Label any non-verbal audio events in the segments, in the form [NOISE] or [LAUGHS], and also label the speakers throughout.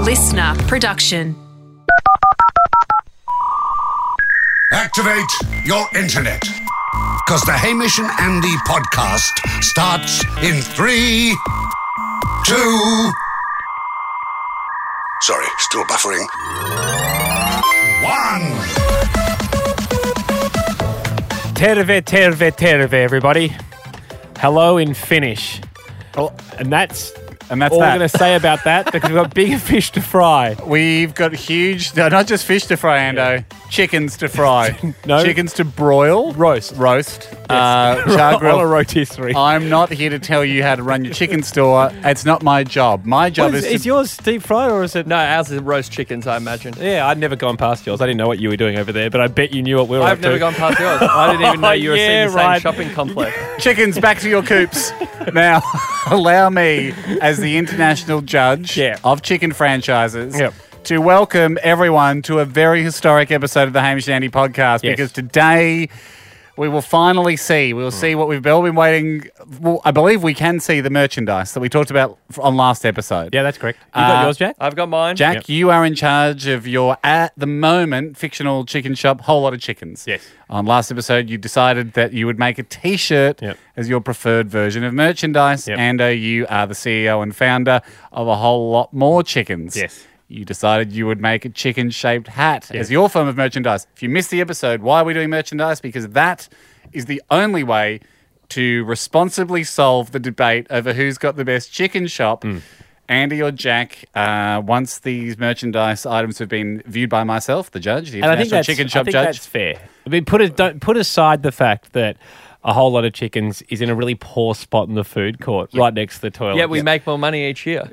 Speaker 1: listener production.
Speaker 2: Activate your internet. Because the Hamish and Andy podcast starts in three, two. Sorry, still buffering. One.
Speaker 3: Terve, terve, terve, everybody. Hello in Finnish. And that's,
Speaker 4: Oh, And that's
Speaker 3: all
Speaker 4: that.
Speaker 3: we're going to say about [LAUGHS] that because we've got bigger fish to fry.
Speaker 4: We've got huge, no, not just fish to fry, Ando, chickens to fry.
Speaker 3: [LAUGHS] No.
Speaker 4: Chickens to broil.
Speaker 3: Roast.
Speaker 4: Roast.
Speaker 3: [LAUGHS]
Speaker 4: Uh, char
Speaker 3: On a
Speaker 4: grill.
Speaker 3: rotisserie.
Speaker 4: I'm not here to tell you how to run your chicken store. It's not my job. My job
Speaker 5: Is,
Speaker 4: is, to
Speaker 5: is yours deep fried or is it?
Speaker 6: No, ours is roast chickens, I imagine.
Speaker 3: Yeah, I'd never gone past yours. I didn't know what you were doing over there, but I bet you knew what we were
Speaker 6: I've
Speaker 3: up
Speaker 6: never
Speaker 3: to.
Speaker 6: gone past yours. I
Speaker 4: [LAUGHS]
Speaker 6: didn't even know you were
Speaker 3: Yeah,
Speaker 6: seeing the
Speaker 3: right.
Speaker 6: same shopping complex.
Speaker 4: chickens back to your coops. now, [LAUGHS] allow me, as the international judge
Speaker 3: Yeah.
Speaker 4: of chicken franchises,
Speaker 3: Yep.
Speaker 4: to welcome everyone to a very historic episode of the Hamish and Andy podcast
Speaker 3: Yes.
Speaker 4: because today we will finally see, we will see what we've all been waiting. Well, I believe we can see the merchandise that we talked about f- on last episode.
Speaker 3: Yeah, that's correct. You got
Speaker 4: Uh,
Speaker 3: yours, Jack?
Speaker 6: I've got mine.
Speaker 4: Jack,
Speaker 3: Yep.
Speaker 4: you are in charge of your at the moment fictional chicken shop, whole lot of chickens.
Speaker 3: Yes.
Speaker 4: On last episode, you decided that you would make a T-shirt
Speaker 3: Yep.
Speaker 4: as your preferred version of merchandise,
Speaker 3: Yep.
Speaker 4: and uh, you are the CEO and founder of a whole lot more chickens.
Speaker 3: Yes.
Speaker 4: You decided you would make a chicken-shaped hat
Speaker 3: Yes.
Speaker 4: as your form of merchandise. If you missed the episode, why are we doing merchandise? Because that is the only way to responsibly solve the debate over who's got the best chicken shop.
Speaker 3: Hmm.
Speaker 4: Andy or Jack, uh, once these merchandise items have been viewed by myself, the judge, the
Speaker 3: and I think
Speaker 4: international
Speaker 3: that's,
Speaker 4: chicken
Speaker 3: I
Speaker 4: shop
Speaker 3: think
Speaker 4: judge,
Speaker 3: that's fair. I mean, put, it, don't, put aside the fact that a whole lot of chickens is in a really poor spot in the food court right next to the toilet.
Speaker 6: Yeah, we make more money each year.
Speaker 3: [LAUGHS]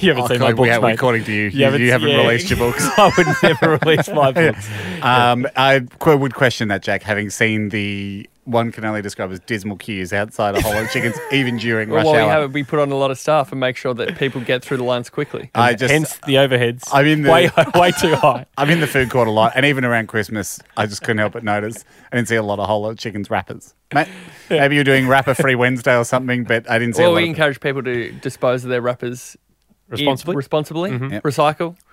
Speaker 3: you haven't seen my
Speaker 4: Oh, God, we
Speaker 3: books,
Speaker 4: have- we're
Speaker 3: mate.
Speaker 4: calling to you. You- you haven't released your books.
Speaker 3: [LAUGHS] I would never release my
Speaker 4: [LAUGHS]
Speaker 3: books.
Speaker 4: Um, I qu- would question that, Jack, having seen the one can only describe as dismal queues outside a whole lot
Speaker 3: [LAUGHS]
Speaker 4: of chickens, even during
Speaker 6: Well,
Speaker 4: rush
Speaker 6: what we
Speaker 4: hour.
Speaker 6: have, we put on a lot of staff and make
Speaker 4: [LAUGHS]
Speaker 6: sure that people get through the lines quickly.
Speaker 4: I just,
Speaker 3: Hence the overheads.
Speaker 4: I mean, the-
Speaker 3: way [LAUGHS] way too high.
Speaker 4: I'm in the food court a lot, and even around Christmas, I just couldn't help but notice I didn't see a lot of whole lot of chickens wrappers. Ma- Maybe you're doing wrapper free Wednesday or something, but I didn't see. a
Speaker 6: Well,
Speaker 4: lot
Speaker 6: we
Speaker 4: of-
Speaker 6: encourage people to dispose of their wrappers in-
Speaker 3: Responsibly?
Speaker 6: responsibly,
Speaker 4: Mm-hmm. Yep. Mm.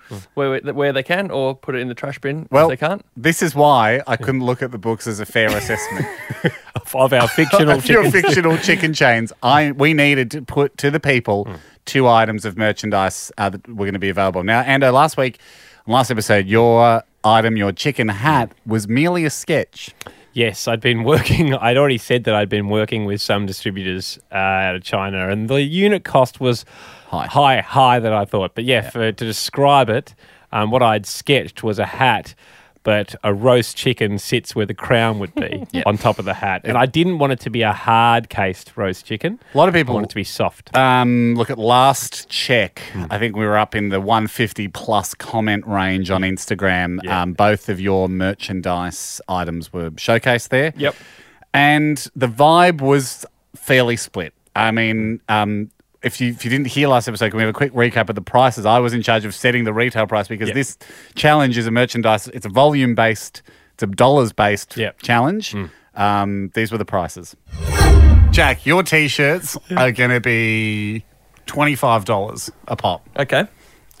Speaker 6: recycle where, we- where they can, or put it in the trash bin
Speaker 4: well,
Speaker 6: if they can't.
Speaker 4: this is why I couldn't look at the books as a
Speaker 6: [LAUGHS]
Speaker 4: fair assessment.
Speaker 3: Of our fictional
Speaker 4: [LAUGHS] of your
Speaker 3: chickens.
Speaker 6: [LAUGHS]
Speaker 4: fictional chicken chains, I we needed to put to the people
Speaker 3: Hmm.
Speaker 4: two items of merchandise uh, that were going to be available. Now, Ando, last week, last episode, your item, your chicken hat, was merely a sketch.
Speaker 3: Yes, I'd been working. [LAUGHS] I'd already said that I'd been working with some distributors uh, out of China, and the unit cost was
Speaker 4: High.
Speaker 3: high, high than I thought. But yeah, For, to describe it, um, what I'd sketched was a hat. But a roast chicken sits where the crown would
Speaker 4: [LAUGHS]
Speaker 3: be on top of the hat. And I didn't want it to be a hard cased roast chicken.
Speaker 4: A lot of people-
Speaker 3: I want it to be soft.
Speaker 4: Um, look at last check.
Speaker 3: Hmm.
Speaker 4: I think we were up in the 150 plus comment range on Instagram.
Speaker 3: Yeah.
Speaker 4: Um, both of your merchandise items were showcased there.
Speaker 6: Yep.
Speaker 4: And the vibe was fairly split. I mean, um, if you if you didn't hear last episode, can we have a quick recap of the prices? I was in charge of setting the retail price because
Speaker 3: Yeah.
Speaker 4: this challenge is a merchandise. It's a volume based. It's a dollars based
Speaker 3: Yeah. Mm.
Speaker 4: challenge. Um, these were the prices. Jack, your t-shirts are going to be twenty-five dollars a pop.
Speaker 6: Okay.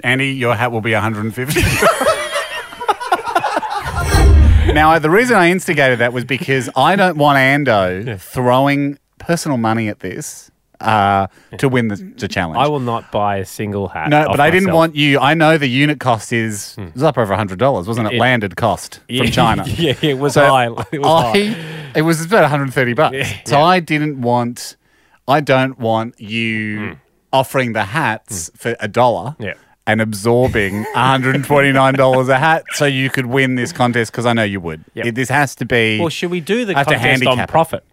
Speaker 4: Andy, your hat will be one hundred and fifty. [LAUGHS] Now, the reason I instigated that was because I don't want Ando throwing personal money at this uh, to win the, the challenge.
Speaker 3: Mm. I will not buy a single hat.
Speaker 4: no,
Speaker 3: off
Speaker 4: but I didn't
Speaker 3: myself.
Speaker 4: want you. I know the unit cost is it was up over hundred dollars, wasn't it?
Speaker 3: It-
Speaker 4: Landed cost
Speaker 3: Yeah, [LAUGHS]
Speaker 4: from China.
Speaker 3: yeah, it was
Speaker 4: So
Speaker 3: high. [LAUGHS] It was high.
Speaker 4: I, It was about 130 bucks. So I didn't want, I don't want you offering the hats for a dollar.
Speaker 3: Mm. Yeah. [LAUGHS]
Speaker 4: And absorbing $129 a hat so you could win this contest because I know you would.
Speaker 3: Yep.
Speaker 4: It- this has to be.
Speaker 3: Well, should we do the
Speaker 4: I have to
Speaker 3: contest on
Speaker 4: handicap it. Uh,
Speaker 3: profit?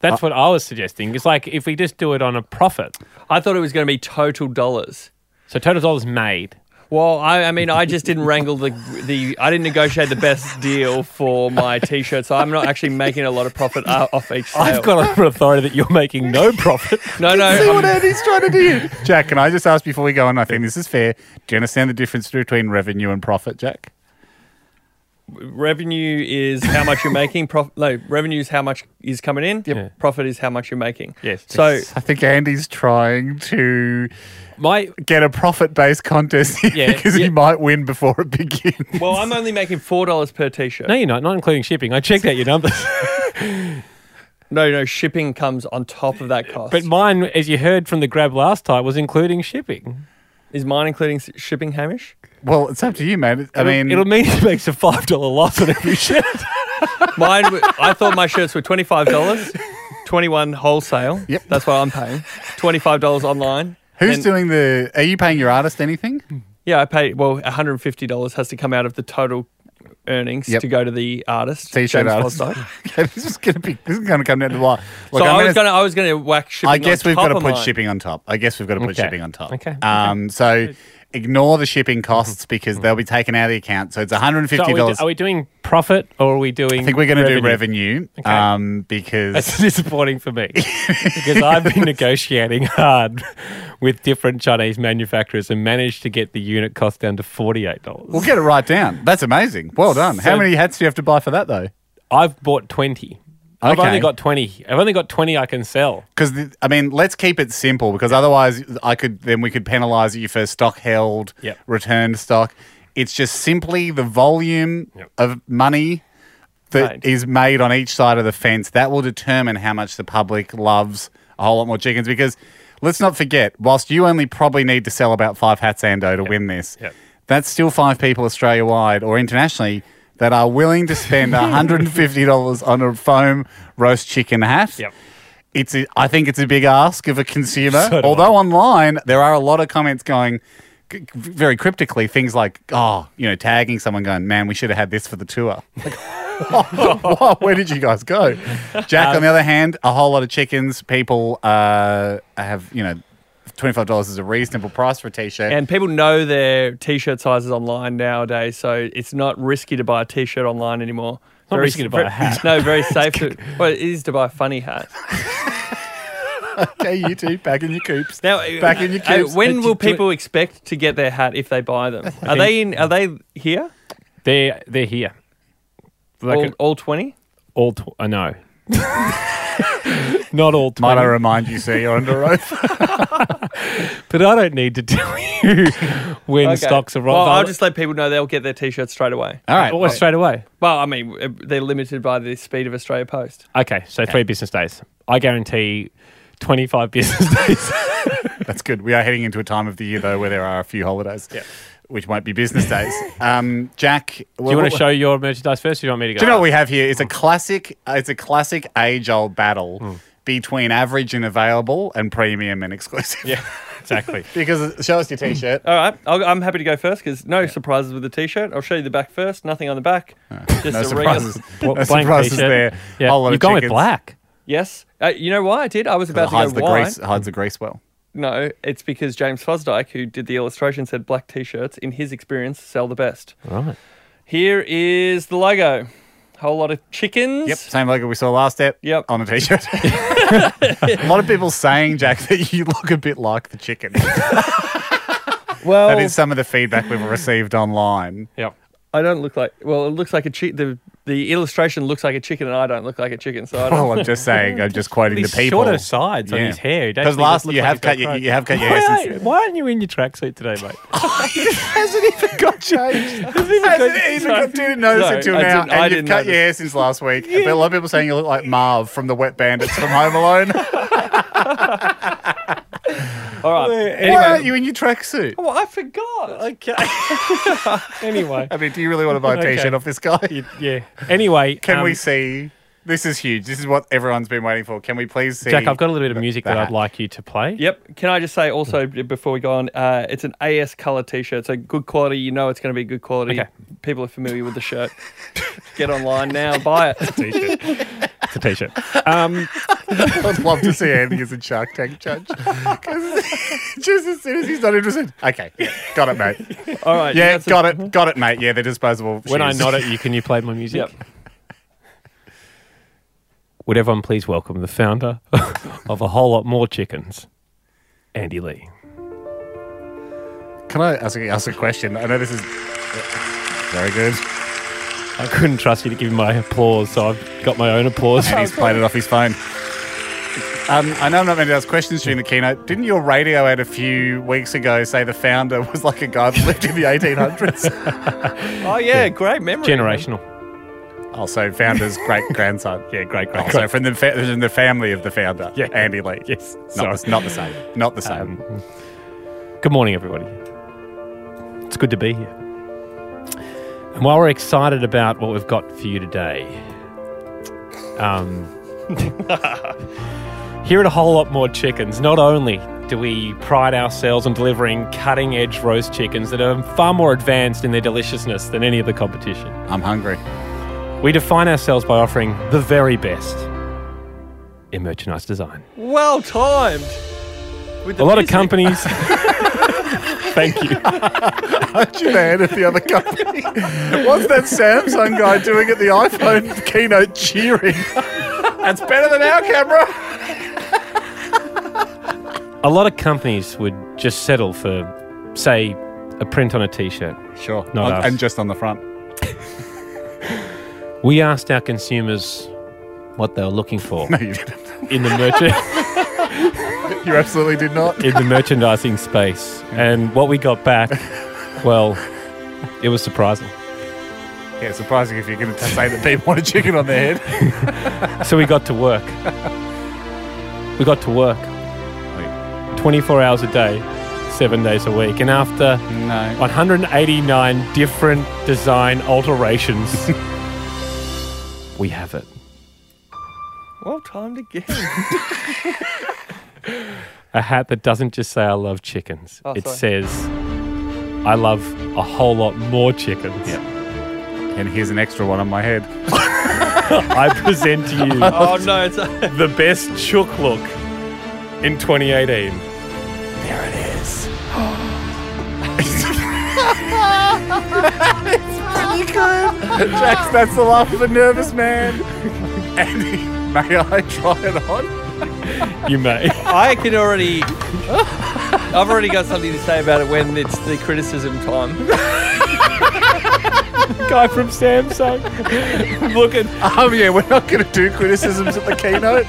Speaker 3: That's what I was suggesting. It's like if we just do it on a profit.
Speaker 6: I thought it was going to be total dollars.
Speaker 3: So total dollars
Speaker 4: [LAUGHS]
Speaker 3: made.
Speaker 6: Well, I, I mean, I just didn't wrangle the the. I didn't negotiate the best deal for my t-shirt, so I'm not actually making a lot of profit uh, off each sale.
Speaker 3: I've got an authority that you're making [LAUGHS] no profit.
Speaker 6: no, no. um,
Speaker 4: See what
Speaker 6: I'm-
Speaker 4: Andy's trying
Speaker 3: [LAUGHS]
Speaker 4: to do. Jack, can I just ask before we go on? I think this is fair. Do you understand the difference between revenue and profit, Jack?
Speaker 6: revenue is how much you're making. Prof- no, revenue is how much is coming in.
Speaker 4: Yep. Yeah.
Speaker 6: Profit is how much you're making.
Speaker 3: Yes.
Speaker 6: So
Speaker 4: I think Andy's trying to
Speaker 3: My
Speaker 4: get a profit-based contest [LAUGHS] here
Speaker 3: Yeah,
Speaker 4: because
Speaker 3: yeah.
Speaker 4: he might win before it begins.
Speaker 6: well, I'm only making four dollars per t-shirt.
Speaker 3: no, you're not. Not including shipping. I checked out your numbers,
Speaker 4: [LAUGHS]
Speaker 6: no, no, shipping comes on top of that cost.
Speaker 3: but mine, as you heard from the grab last time, was including shipping.
Speaker 6: is mine including s- shipping, Hamish?
Speaker 4: Well, it's up to you, man. I mean,
Speaker 3: it'll mean [LAUGHS] it makes a five dollar loss on every shirt.
Speaker 6: Mine. w- I thought my shirts were twenty five dollars, twenty one wholesale.
Speaker 4: Yep.
Speaker 6: That's what I'm paying. Twenty five dollars online.
Speaker 4: who's
Speaker 6: And-
Speaker 4: doing the? Are you paying your artist anything?
Speaker 6: Yeah, I pay. Well, one hundred and fifty dollars has to come out of the total earnings
Speaker 4: Yep.
Speaker 6: to go to the artist.
Speaker 4: T-shirt
Speaker 6: James
Speaker 4: artist. [LAUGHS]
Speaker 6: Fosdyke.
Speaker 4: okay, this is gonna be. This is gonna come down to the wire. Look,
Speaker 6: so
Speaker 4: I'm
Speaker 6: i
Speaker 4: gonna-
Speaker 6: was gonna, I was gonna whack shipping.
Speaker 4: I guess
Speaker 6: on
Speaker 4: we've
Speaker 6: top
Speaker 4: got to
Speaker 6: of
Speaker 4: put
Speaker 6: mine.
Speaker 4: shipping on top. I guess we've got to put
Speaker 3: Okay.
Speaker 4: shipping on top.
Speaker 3: Okay, okay.
Speaker 4: Um, so ignore the shipping costs because they'll be taken out of the account. So it's one hundred and
Speaker 3: Mm-hmm. So
Speaker 4: [LAUGHS] fifty
Speaker 3: are, we,
Speaker 4: dollars.
Speaker 3: are we doing profit or are we doing?
Speaker 4: I think we're going to do revenue um, because
Speaker 3: That's [LAUGHS] disappointing for me because I've been negotiating hard with different Chinese manufacturers and managed to get the unit cost down to forty eight dollars.
Speaker 4: we'll get it right down. That's amazing. Well done. How
Speaker 3: So-
Speaker 4: many hats do you have to buy for that though?
Speaker 3: I've bought twenty. I've
Speaker 4: Okay.
Speaker 3: only got twenty. I've only got twenty I can sell.
Speaker 4: Because I mean, let's keep it simple because otherwise, I could then we could penalise you for stock held,
Speaker 3: Yep.
Speaker 4: returned stock. It's just simply the volume
Speaker 3: Yep.
Speaker 4: of money that
Speaker 6: Made.
Speaker 4: is made on each side of the fence that will determine how much the public loves a whole lot more chickens. Because let's not forget, whilst you only probably need to sell about five hats ando to win this,
Speaker 3: Yep.
Speaker 4: that's still five people Australia wide or internationally. That are willing to spend
Speaker 3: [LAUGHS]
Speaker 4: $150 on a foam roast chicken hat
Speaker 3: Yep.
Speaker 4: it's a, I think it's a big ask of a consumer.
Speaker 3: [LAUGHS] So do
Speaker 4: Although online there are a lot of comments going c- very cryptically things like oh you know tagging someone going man we should have had this for the tour like, [LAUGHS] "Whoa, where did you guys go jack
Speaker 3: Uh,
Speaker 4: on the other hand a whole lot of chickens people uh, have you know $25 is a reasonable price for a t-shirt
Speaker 6: And people know their t-shirt sizes online nowadays, so it's not risky to buy a t-shirt online anymore. It's
Speaker 3: not risky to buy a hat.
Speaker 6: [LAUGHS]
Speaker 3: [LAUGHS]
Speaker 6: No, very safe to. Well, it is to buy a funny hat.
Speaker 4: okay you two back in your
Speaker 3: [LAUGHS]
Speaker 4: coops
Speaker 6: Now,
Speaker 4: [LAUGHS] back in your
Speaker 6: uh,
Speaker 4: coops
Speaker 6: when
Speaker 3: But
Speaker 6: will
Speaker 3: you do it-
Speaker 6: people expect to get their hat if they buy them?
Speaker 3: [LAUGHS]
Speaker 6: Are they in? Are they here?
Speaker 3: They're they're here. Like
Speaker 6: All,
Speaker 3: an-
Speaker 6: all twenty?
Speaker 3: all tw- uh, no, [LAUGHS] not all
Speaker 4: might
Speaker 3: twenty.
Speaker 4: I remind you sir you're
Speaker 3: [LAUGHS]
Speaker 4: under oath
Speaker 3: but I don't need to [LAUGHS] tell you when stocks are
Speaker 6: Well,
Speaker 3: wrong.
Speaker 6: I'll just let people know they'll get their t-shirts straight away.
Speaker 4: all right
Speaker 3: Or straight away.
Speaker 6: Well, I mean, uh, they're limited by the speed of Australia Post.
Speaker 3: Okay, so three business days. I guarantee twenty five [LAUGHS] business days.
Speaker 4: That's good. We are heading into a time of the year though where there are a few holidays, which might be business days. Um, Jack,
Speaker 3: Do you want to show your merchandise first? Or do you want me to go?
Speaker 4: Do you know what we have here? It's a classic. uh, It's a classic age-old battle
Speaker 3: Hmm.
Speaker 4: between average and available, and premium and exclusive.
Speaker 3: yeah, [LAUGHS] Hmm. Oh, exactly.
Speaker 4: [LAUGHS] because uh, show us your T-shirt.
Speaker 6: All right, I'll, I'm happy to go first because no surprises with the T-shirt. I'll show you the back first. Nothing on the back. just
Speaker 4: no
Speaker 3: [LAUGHS]
Speaker 6: a
Speaker 4: surprises.
Speaker 6: regular.
Speaker 4: No
Speaker 3: Blank
Speaker 4: surprises
Speaker 3: t-shirt.
Speaker 4: there.
Speaker 3: Yeah,
Speaker 4: Whole lot
Speaker 3: you've
Speaker 4: of
Speaker 3: gone with
Speaker 4: chickens.
Speaker 3: black.
Speaker 6: [LAUGHS] Yes. Uh, you know why I did? I was
Speaker 4: It
Speaker 6: about to
Speaker 4: hides
Speaker 6: go
Speaker 4: the
Speaker 6: why.
Speaker 4: grease. Hides the grease well.
Speaker 6: No, it's because James Fosdyke, who did the illustration, said black T-shirts in his experience sell the best.
Speaker 3: Right.
Speaker 6: Here is the logo. Whole lot of chickens.
Speaker 4: Yep, same logo we saw last step.
Speaker 6: Yep.
Speaker 4: on a
Speaker 3: [LAUGHS]
Speaker 4: T-shirt. [LAUGHS] a lot of people saying, Jack, that you look a bit like the chicken.
Speaker 3: [LAUGHS]
Speaker 6: Well,
Speaker 4: That is some of the feedback we've received online.
Speaker 3: Yep.
Speaker 6: I don't look like. Well, it looks like a chick. The the illustration looks like a chicken, and I don't look like a chicken. So I don't. [LAUGHS]
Speaker 4: Well, I'm just saying. I'm just quoting the
Speaker 3: These
Speaker 4: people.
Speaker 3: shorter sides on his hair.
Speaker 4: Because last you have cut your, you have cut your hair.
Speaker 3: Why,
Speaker 4: [LAUGHS] since-
Speaker 3: aren't- why aren't you in your tracksuit today,
Speaker 4: [LAUGHS]
Speaker 3: mate?
Speaker 4: hasn't even
Speaker 3: [LAUGHS]
Speaker 4: got changed. hasn't even got, didn't notice
Speaker 6: No,
Speaker 4: until
Speaker 6: I
Speaker 4: now.
Speaker 6: didn't- I
Speaker 4: and you've
Speaker 6: didn't
Speaker 4: cut your hair since last week. But a lot of people saying you look like Marv from the Wet Bandits from Home Alone.
Speaker 6: All right.
Speaker 4: Why aren't you in your tracksuit?
Speaker 6: Well, I forgot. [LAUGHS]
Speaker 3: Okay. anyway,
Speaker 4: I mean, do you really want to buy a
Speaker 3: Okay.
Speaker 4: t-shirt off this guy?
Speaker 3: you- yeah. Anyway,
Speaker 4: [LAUGHS] Can
Speaker 3: um,
Speaker 4: we see? This is huge. This is what everyone's been waiting for. Can we please see?
Speaker 3: Jack, I've got a little bit of music that
Speaker 4: that.
Speaker 3: I'd like you to play.
Speaker 6: Yep. Can I just say also b- before we go on, uh, it's an AS color T-shirt, so good quality. You know it's going to be good quality.
Speaker 3: Okay.
Speaker 6: People are familiar with the shirt. [LAUGHS] Get online now, buy it.
Speaker 4: [LAUGHS]
Speaker 3: T-shirt. it's a T-shirt. Um,
Speaker 4: [LAUGHS] I'd love to see Andy as a Shark Tank judge. [LAUGHS] 'Cause just as soon as he's not interested. Okay, yeah, got it, mate.
Speaker 6: All right.
Speaker 4: Yeah,
Speaker 6: that's a-
Speaker 3: [LAUGHS]
Speaker 4: got it, got it, mate. Yeah, they're disposable.
Speaker 3: when I
Speaker 4: shoes.
Speaker 3: nod at you, can you play my music?
Speaker 6: Yep.
Speaker 3: Would everyone please welcome the founder [LAUGHS] of a whole lot more chickens, Andy Lee. [LAUGHS]
Speaker 4: Can I ask, ask a question? I know this is very good.
Speaker 3: I couldn't trust you to give me my applause, so I've got my own applause.
Speaker 4: and he's played it off his phone. Um, I know I'm not meant to ask questions during the keynote. Didn't your radio ad a few weeks ago say the founder [LAUGHS] was like a guy that lived in
Speaker 3: [LAUGHS]
Speaker 4: the 1800s?
Speaker 6: Oh yeah, great memory.
Speaker 3: Generational.
Speaker 4: also, Oh, founder's great grandson. Yeah, great grandson. So from the fa- from the family of the founder,
Speaker 3: Yeah.
Speaker 4: Andy Lee.
Speaker 3: Yes.
Speaker 4: not the,
Speaker 3: Sorry. Um,
Speaker 4: not the same. Not the same.
Speaker 3: Good morning, everybody. It's good to be here. And while we're excited about what we've got for you today, um, here at a whole lot more chickens, not only do we pride ourselves on delivering cutting edge roast chickens that are far more advanced in their deliciousness than any of the competition,
Speaker 4: I'm hungry.
Speaker 3: we define ourselves by offering the very best in merchandise design.
Speaker 6: Well timed. With the
Speaker 3: A lot of
Speaker 6: music.
Speaker 3: companies. [LAUGHS] Thank you.
Speaker 4: Man, at the other company. What's that Samsung guy doing at the iPhone keynote cheering? That's better than our camera.
Speaker 3: A lot of companies would just settle for, say, a print on a t shirt.
Speaker 4: Sure.
Speaker 3: Not us.
Speaker 4: and just on the front.
Speaker 3: We asked our consumers what they were looking for
Speaker 4: No, you didn't.
Speaker 3: in the merchant.
Speaker 4: You absolutely did not.
Speaker 3: in the merchandising space. And what we got back, well, it was surprising.
Speaker 4: Yeah, surprising if you're going to say that people want a chicken on their head.
Speaker 3: So we got to work. We got to work 24 hours a day, seven days a week. And after
Speaker 4: No.
Speaker 3: 189 different design alterations, we have it.
Speaker 6: Well timed again.
Speaker 3: [LAUGHS] a hat that doesn't just say I love chickens.
Speaker 6: Oh,
Speaker 3: it
Speaker 6: sorry.
Speaker 3: says I love a whole lot more chickens.
Speaker 4: And here's an extra one on my head.
Speaker 3: [LAUGHS] I present to you
Speaker 6: oh no, it's a, [LAUGHS]
Speaker 3: the best chook look in 2018. There it is.
Speaker 4: Jax, that's the laugh of a nervous man. Andy, may I try it on?
Speaker 3: You may. [LAUGHS]
Speaker 6: I can already. [LAUGHS] I've already got something to say about it when it's the criticism time.
Speaker 3: Guy from Samsung. [LAUGHS] Look at
Speaker 4: Um, yeah, we're not going to do criticisms at the keynote.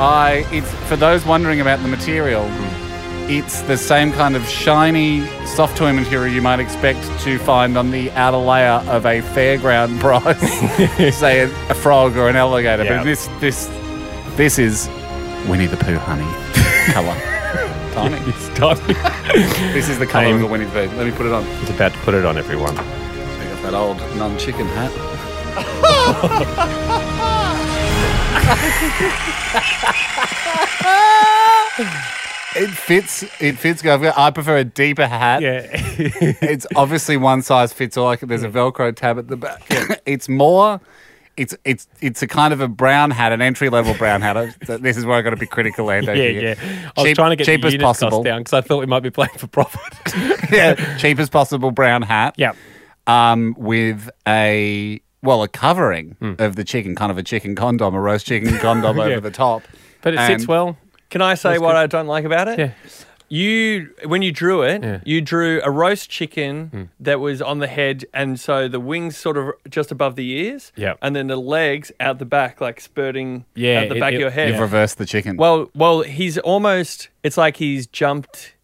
Speaker 4: I, it's for those wondering about the material. It's the same kind of shiny soft toy material you might expect to find on the outer layer of a fairground [LAUGHS] prize, say a, a frog or an alligator.
Speaker 3: Yeah.
Speaker 4: But this, this, this is Winnie the Pooh honey [LAUGHS] color. Tiny.
Speaker 3: it's time.
Speaker 4: This is the color
Speaker 3: I'm-
Speaker 4: of a Winnie the Pooh. Let me put it on.
Speaker 3: It's about to put it on everyone.
Speaker 4: Take off that old non-chicken hat. it fits. It fits. I've got- I prefer a deeper hat.
Speaker 3: Yeah. [LAUGHS]
Speaker 4: It's obviously one size fits all. Like there's a Velcro tab at the back. [LAUGHS] it's more. It's it's it's a kind of a brown hat, an entry level brown hat. I- so This is where I got to be critical, Lando.
Speaker 3: yeah,
Speaker 4: here.
Speaker 3: yeah. I was
Speaker 4: Cheap-
Speaker 3: trying to get
Speaker 4: cheap
Speaker 3: the
Speaker 4: as
Speaker 3: unit cost
Speaker 4: possible.
Speaker 3: down because I thought we might be playing for profit.
Speaker 4: [LAUGHS]
Speaker 3: [LAUGHS]
Speaker 4: yeah, cheap as possible brown hat.
Speaker 3: Yeah.
Speaker 4: Um, with a well, a covering of the chicken, kind of a chicken condom, a
Speaker 3: [LAUGHS]
Speaker 4: roast chicken condom
Speaker 3: Hmm. Yeah.
Speaker 4: over the top.
Speaker 3: But it
Speaker 4: And-
Speaker 3: sits well.
Speaker 6: Can I say what I don't like about it?
Speaker 3: Yeah.
Speaker 6: You when you drew it,
Speaker 3: Yeah. Hmm.
Speaker 6: you drew a roast chicken that was on the head, and so the wings sort of just above the ears,
Speaker 3: Yep.
Speaker 6: and then the legs out the back, like spurting
Speaker 3: Yeah,
Speaker 6: out the
Speaker 3: it-
Speaker 6: back
Speaker 3: it-
Speaker 6: of your head.
Speaker 4: You've reversed the chicken.
Speaker 6: Well, well, he's almost. It's like he's jumped,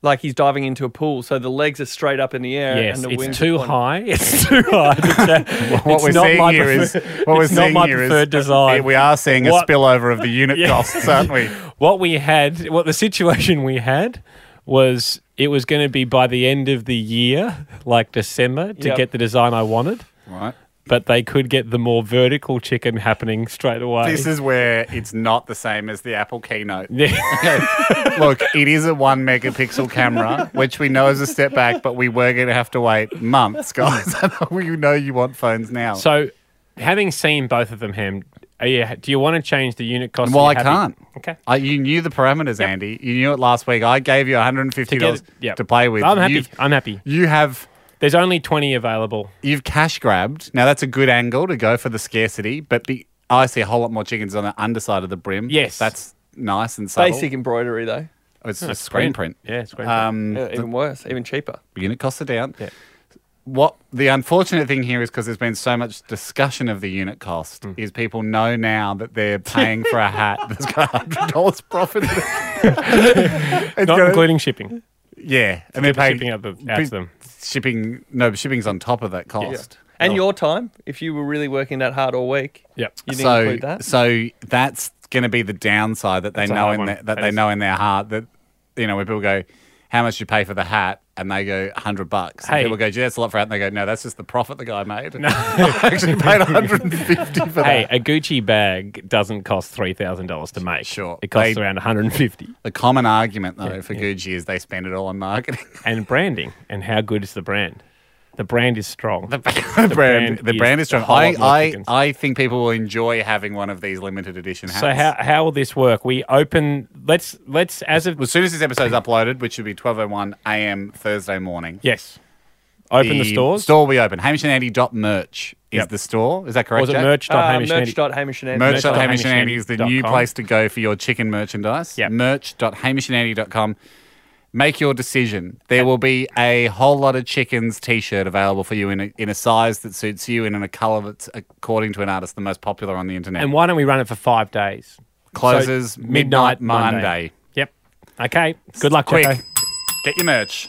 Speaker 6: like he's diving into a pool. So the legs are straight up in the air.
Speaker 3: Yes,
Speaker 6: and the
Speaker 3: it's
Speaker 6: wings
Speaker 3: too
Speaker 6: are pointing-
Speaker 3: high. [LAUGHS] It's too high. uh,
Speaker 4: [LAUGHS] what we're seeing here is what we're
Speaker 3: it's not
Speaker 4: seeing
Speaker 3: my
Speaker 4: here is-
Speaker 3: preferred design.
Speaker 4: We are seeing a
Speaker 3: What-
Speaker 4: spillover
Speaker 3: [LAUGHS]
Speaker 4: of the unit
Speaker 3: Yeah.
Speaker 4: costs, aren't
Speaker 3: [LAUGHS]
Speaker 4: we?
Speaker 3: what we had, what the situation we had was it was going to be by the end of the year, like December, to
Speaker 6: Yep.
Speaker 3: get the design I wanted.
Speaker 4: Right.
Speaker 3: But they could get the more vertical chicken happening straight away.
Speaker 4: This is where it's not the same as the Apple keynote. [LAUGHS]
Speaker 3: Yeah.
Speaker 4: Look, it is a one megapixel camera, which we know is a step back, but we were going to have to wait months, guys. [LAUGHS] I know you know you want phones now.
Speaker 3: so, having seen both of them, Ham, are you, do you want to change the unit cost?
Speaker 4: Well,
Speaker 3: Are
Speaker 4: I
Speaker 3: you happy?
Speaker 4: can't.
Speaker 3: Okay.
Speaker 4: I, you knew the parameters, Andy. You knew it last week. I gave you $150 to,
Speaker 3: Get it- yep.
Speaker 4: play with.
Speaker 3: I'm happy.
Speaker 4: You've-
Speaker 3: I'm happy.
Speaker 4: you have
Speaker 3: There's only 20 available.
Speaker 4: you've cash grabbed. Now that's a good angle to go for the scarcity, but be, I see a whole lot more chickens on the underside of the brim.
Speaker 3: Yes.
Speaker 4: that's nice and subtle.
Speaker 6: Basic embroidery though.
Speaker 4: It's just screen print.
Speaker 3: Yeah, it's great.
Speaker 4: Um,
Speaker 6: Yeah, even worse, even cheaper.
Speaker 4: unit costs are down.
Speaker 3: Yeah.
Speaker 4: what the unfortunate thing here is because there's been so much discussion of the unit cost
Speaker 3: Hmm.
Speaker 4: is people know now that they're paying for a hat that's got hundred dollars
Speaker 3: [LAUGHS]
Speaker 4: profit. [LAUGHS] in it. It's
Speaker 3: Not
Speaker 4: gonna-
Speaker 3: including shipping.
Speaker 4: yeah, and they're paying
Speaker 3: shipping out the- out to them.
Speaker 4: Shipping no, but shipping's on top of that cost.
Speaker 6: And your time, if you were really working that hard all week,
Speaker 3: Yep.
Speaker 6: you didn't
Speaker 4: so
Speaker 6: include that.
Speaker 4: so that's going to be the downside that they
Speaker 3: a
Speaker 4: know
Speaker 3: hard
Speaker 4: in
Speaker 3: one.
Speaker 4: their, that
Speaker 3: That
Speaker 4: they
Speaker 3: is-
Speaker 4: know in their heart that you know when people go how much do you pay for the hat and they go 100 bucks and
Speaker 3: Hey.
Speaker 4: people go gee that's a lot for a hat and they go no that's just the profit the guy made [LAUGHS] I
Speaker 3: [LAUGHS]
Speaker 4: actually paid 150 for that
Speaker 3: Hey, a Gucci bag doesn't cost three thousand dollars to make.
Speaker 4: Sure.
Speaker 3: it costs
Speaker 4: They-
Speaker 3: around one hundred and fifty.
Speaker 4: the common argument though for Gucci is they spend it all on marketing [LAUGHS]
Speaker 3: And branding, and how good is the brand? The brand is strong.
Speaker 4: the, brand,
Speaker 3: brand
Speaker 4: the
Speaker 3: is
Speaker 4: brand is
Speaker 3: a
Speaker 4: strong
Speaker 3: whole
Speaker 4: I,
Speaker 3: lot more
Speaker 4: I,
Speaker 3: chickens.
Speaker 4: I think people will enjoy having one of these limited edition hats
Speaker 3: so how how will this work? We open. Let's let's as of
Speaker 4: as soon as this episode is uploaded which should be 12.01 a.m Thursday morning
Speaker 3: yes, open the, stores.
Speaker 4: Store we open. Hamishandandy.merch is
Speaker 3: Yep.
Speaker 4: the store. Is that
Speaker 3: Or
Speaker 4: correct?
Speaker 3: is it
Speaker 4: Jack?
Speaker 3: merch? dot
Speaker 6: Uh,
Speaker 3: Hamish and Andy?
Speaker 6: merch.hamish and Andy.
Speaker 4: Merch dot Hamish
Speaker 3: Hamish
Speaker 4: and
Speaker 3: and
Speaker 4: Andy is the
Speaker 3: Andy
Speaker 4: new
Speaker 3: dot com.
Speaker 4: place to go for your chicken merchandise.
Speaker 3: Yep.
Speaker 4: Merch.hamishandandy.com. Make your decision. There will be a whole lot of chickens T-shirt available for you in a, in a size that suits you and in a color that's uh, according to an artist the most popular on the internet.
Speaker 3: And why don't we run it for five days?
Speaker 4: Closes
Speaker 3: So,
Speaker 4: midnight, Monday.
Speaker 3: Yep. Okay. Good luck,
Speaker 4: Quick,
Speaker 3: Jacko.
Speaker 4: get your merch.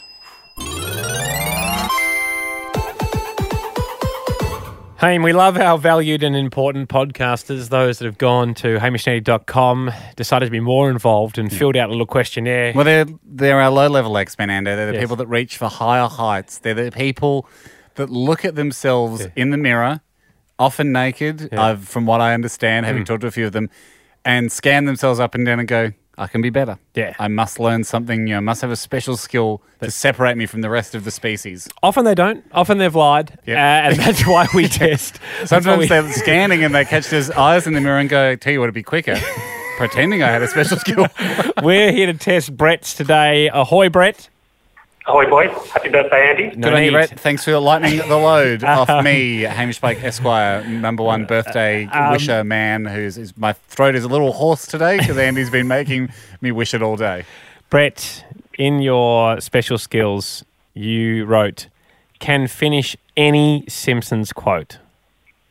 Speaker 3: Haim, we love our valued and important podcasters, those that have gone to hamishnetty.com, decided to be more involved and filled out a little questionnaire.
Speaker 4: Well, they're, they're our low level X Men, Ando. They're the
Speaker 3: Yes.
Speaker 4: people that reach for higher heights. They're the people that look at themselves in the mirror, often naked, I've, from what I understand,
Speaker 3: Mm.
Speaker 4: having talked to a few of them, and scan themselves up and down and go, I can be better.
Speaker 3: Yeah.
Speaker 4: I must learn something new. I must have a special skill to separate me from the rest of the species.
Speaker 3: Often they don't. Often they've lied.
Speaker 4: Yep.
Speaker 3: Uh, and that's why we test. [LAUGHS] That's why
Speaker 4: Sometimes
Speaker 3: we-
Speaker 4: they're scanning and they catch
Speaker 3: [LAUGHS]
Speaker 4: their eyes in the mirror and go, Tell you what, it'd be quicker. Pretending I had a
Speaker 3: [LAUGHS]
Speaker 4: special skill.
Speaker 3: We're here to test Brett's today. Ahoy, Brett.
Speaker 1: Ahoy, boys. Happy birthday, Andy.
Speaker 3: No
Speaker 4: Good on you,
Speaker 3: need.
Speaker 4: Brett. Thanks for lightening the [LAUGHS] load off me, Hamish Blake Esquire, number one birthday wisher man. Who's is, my throat is a little hoarse today because Andy's been making me wish it all day.
Speaker 3: Brett, in your special skills, you wrote, can finish any Simpsons quote.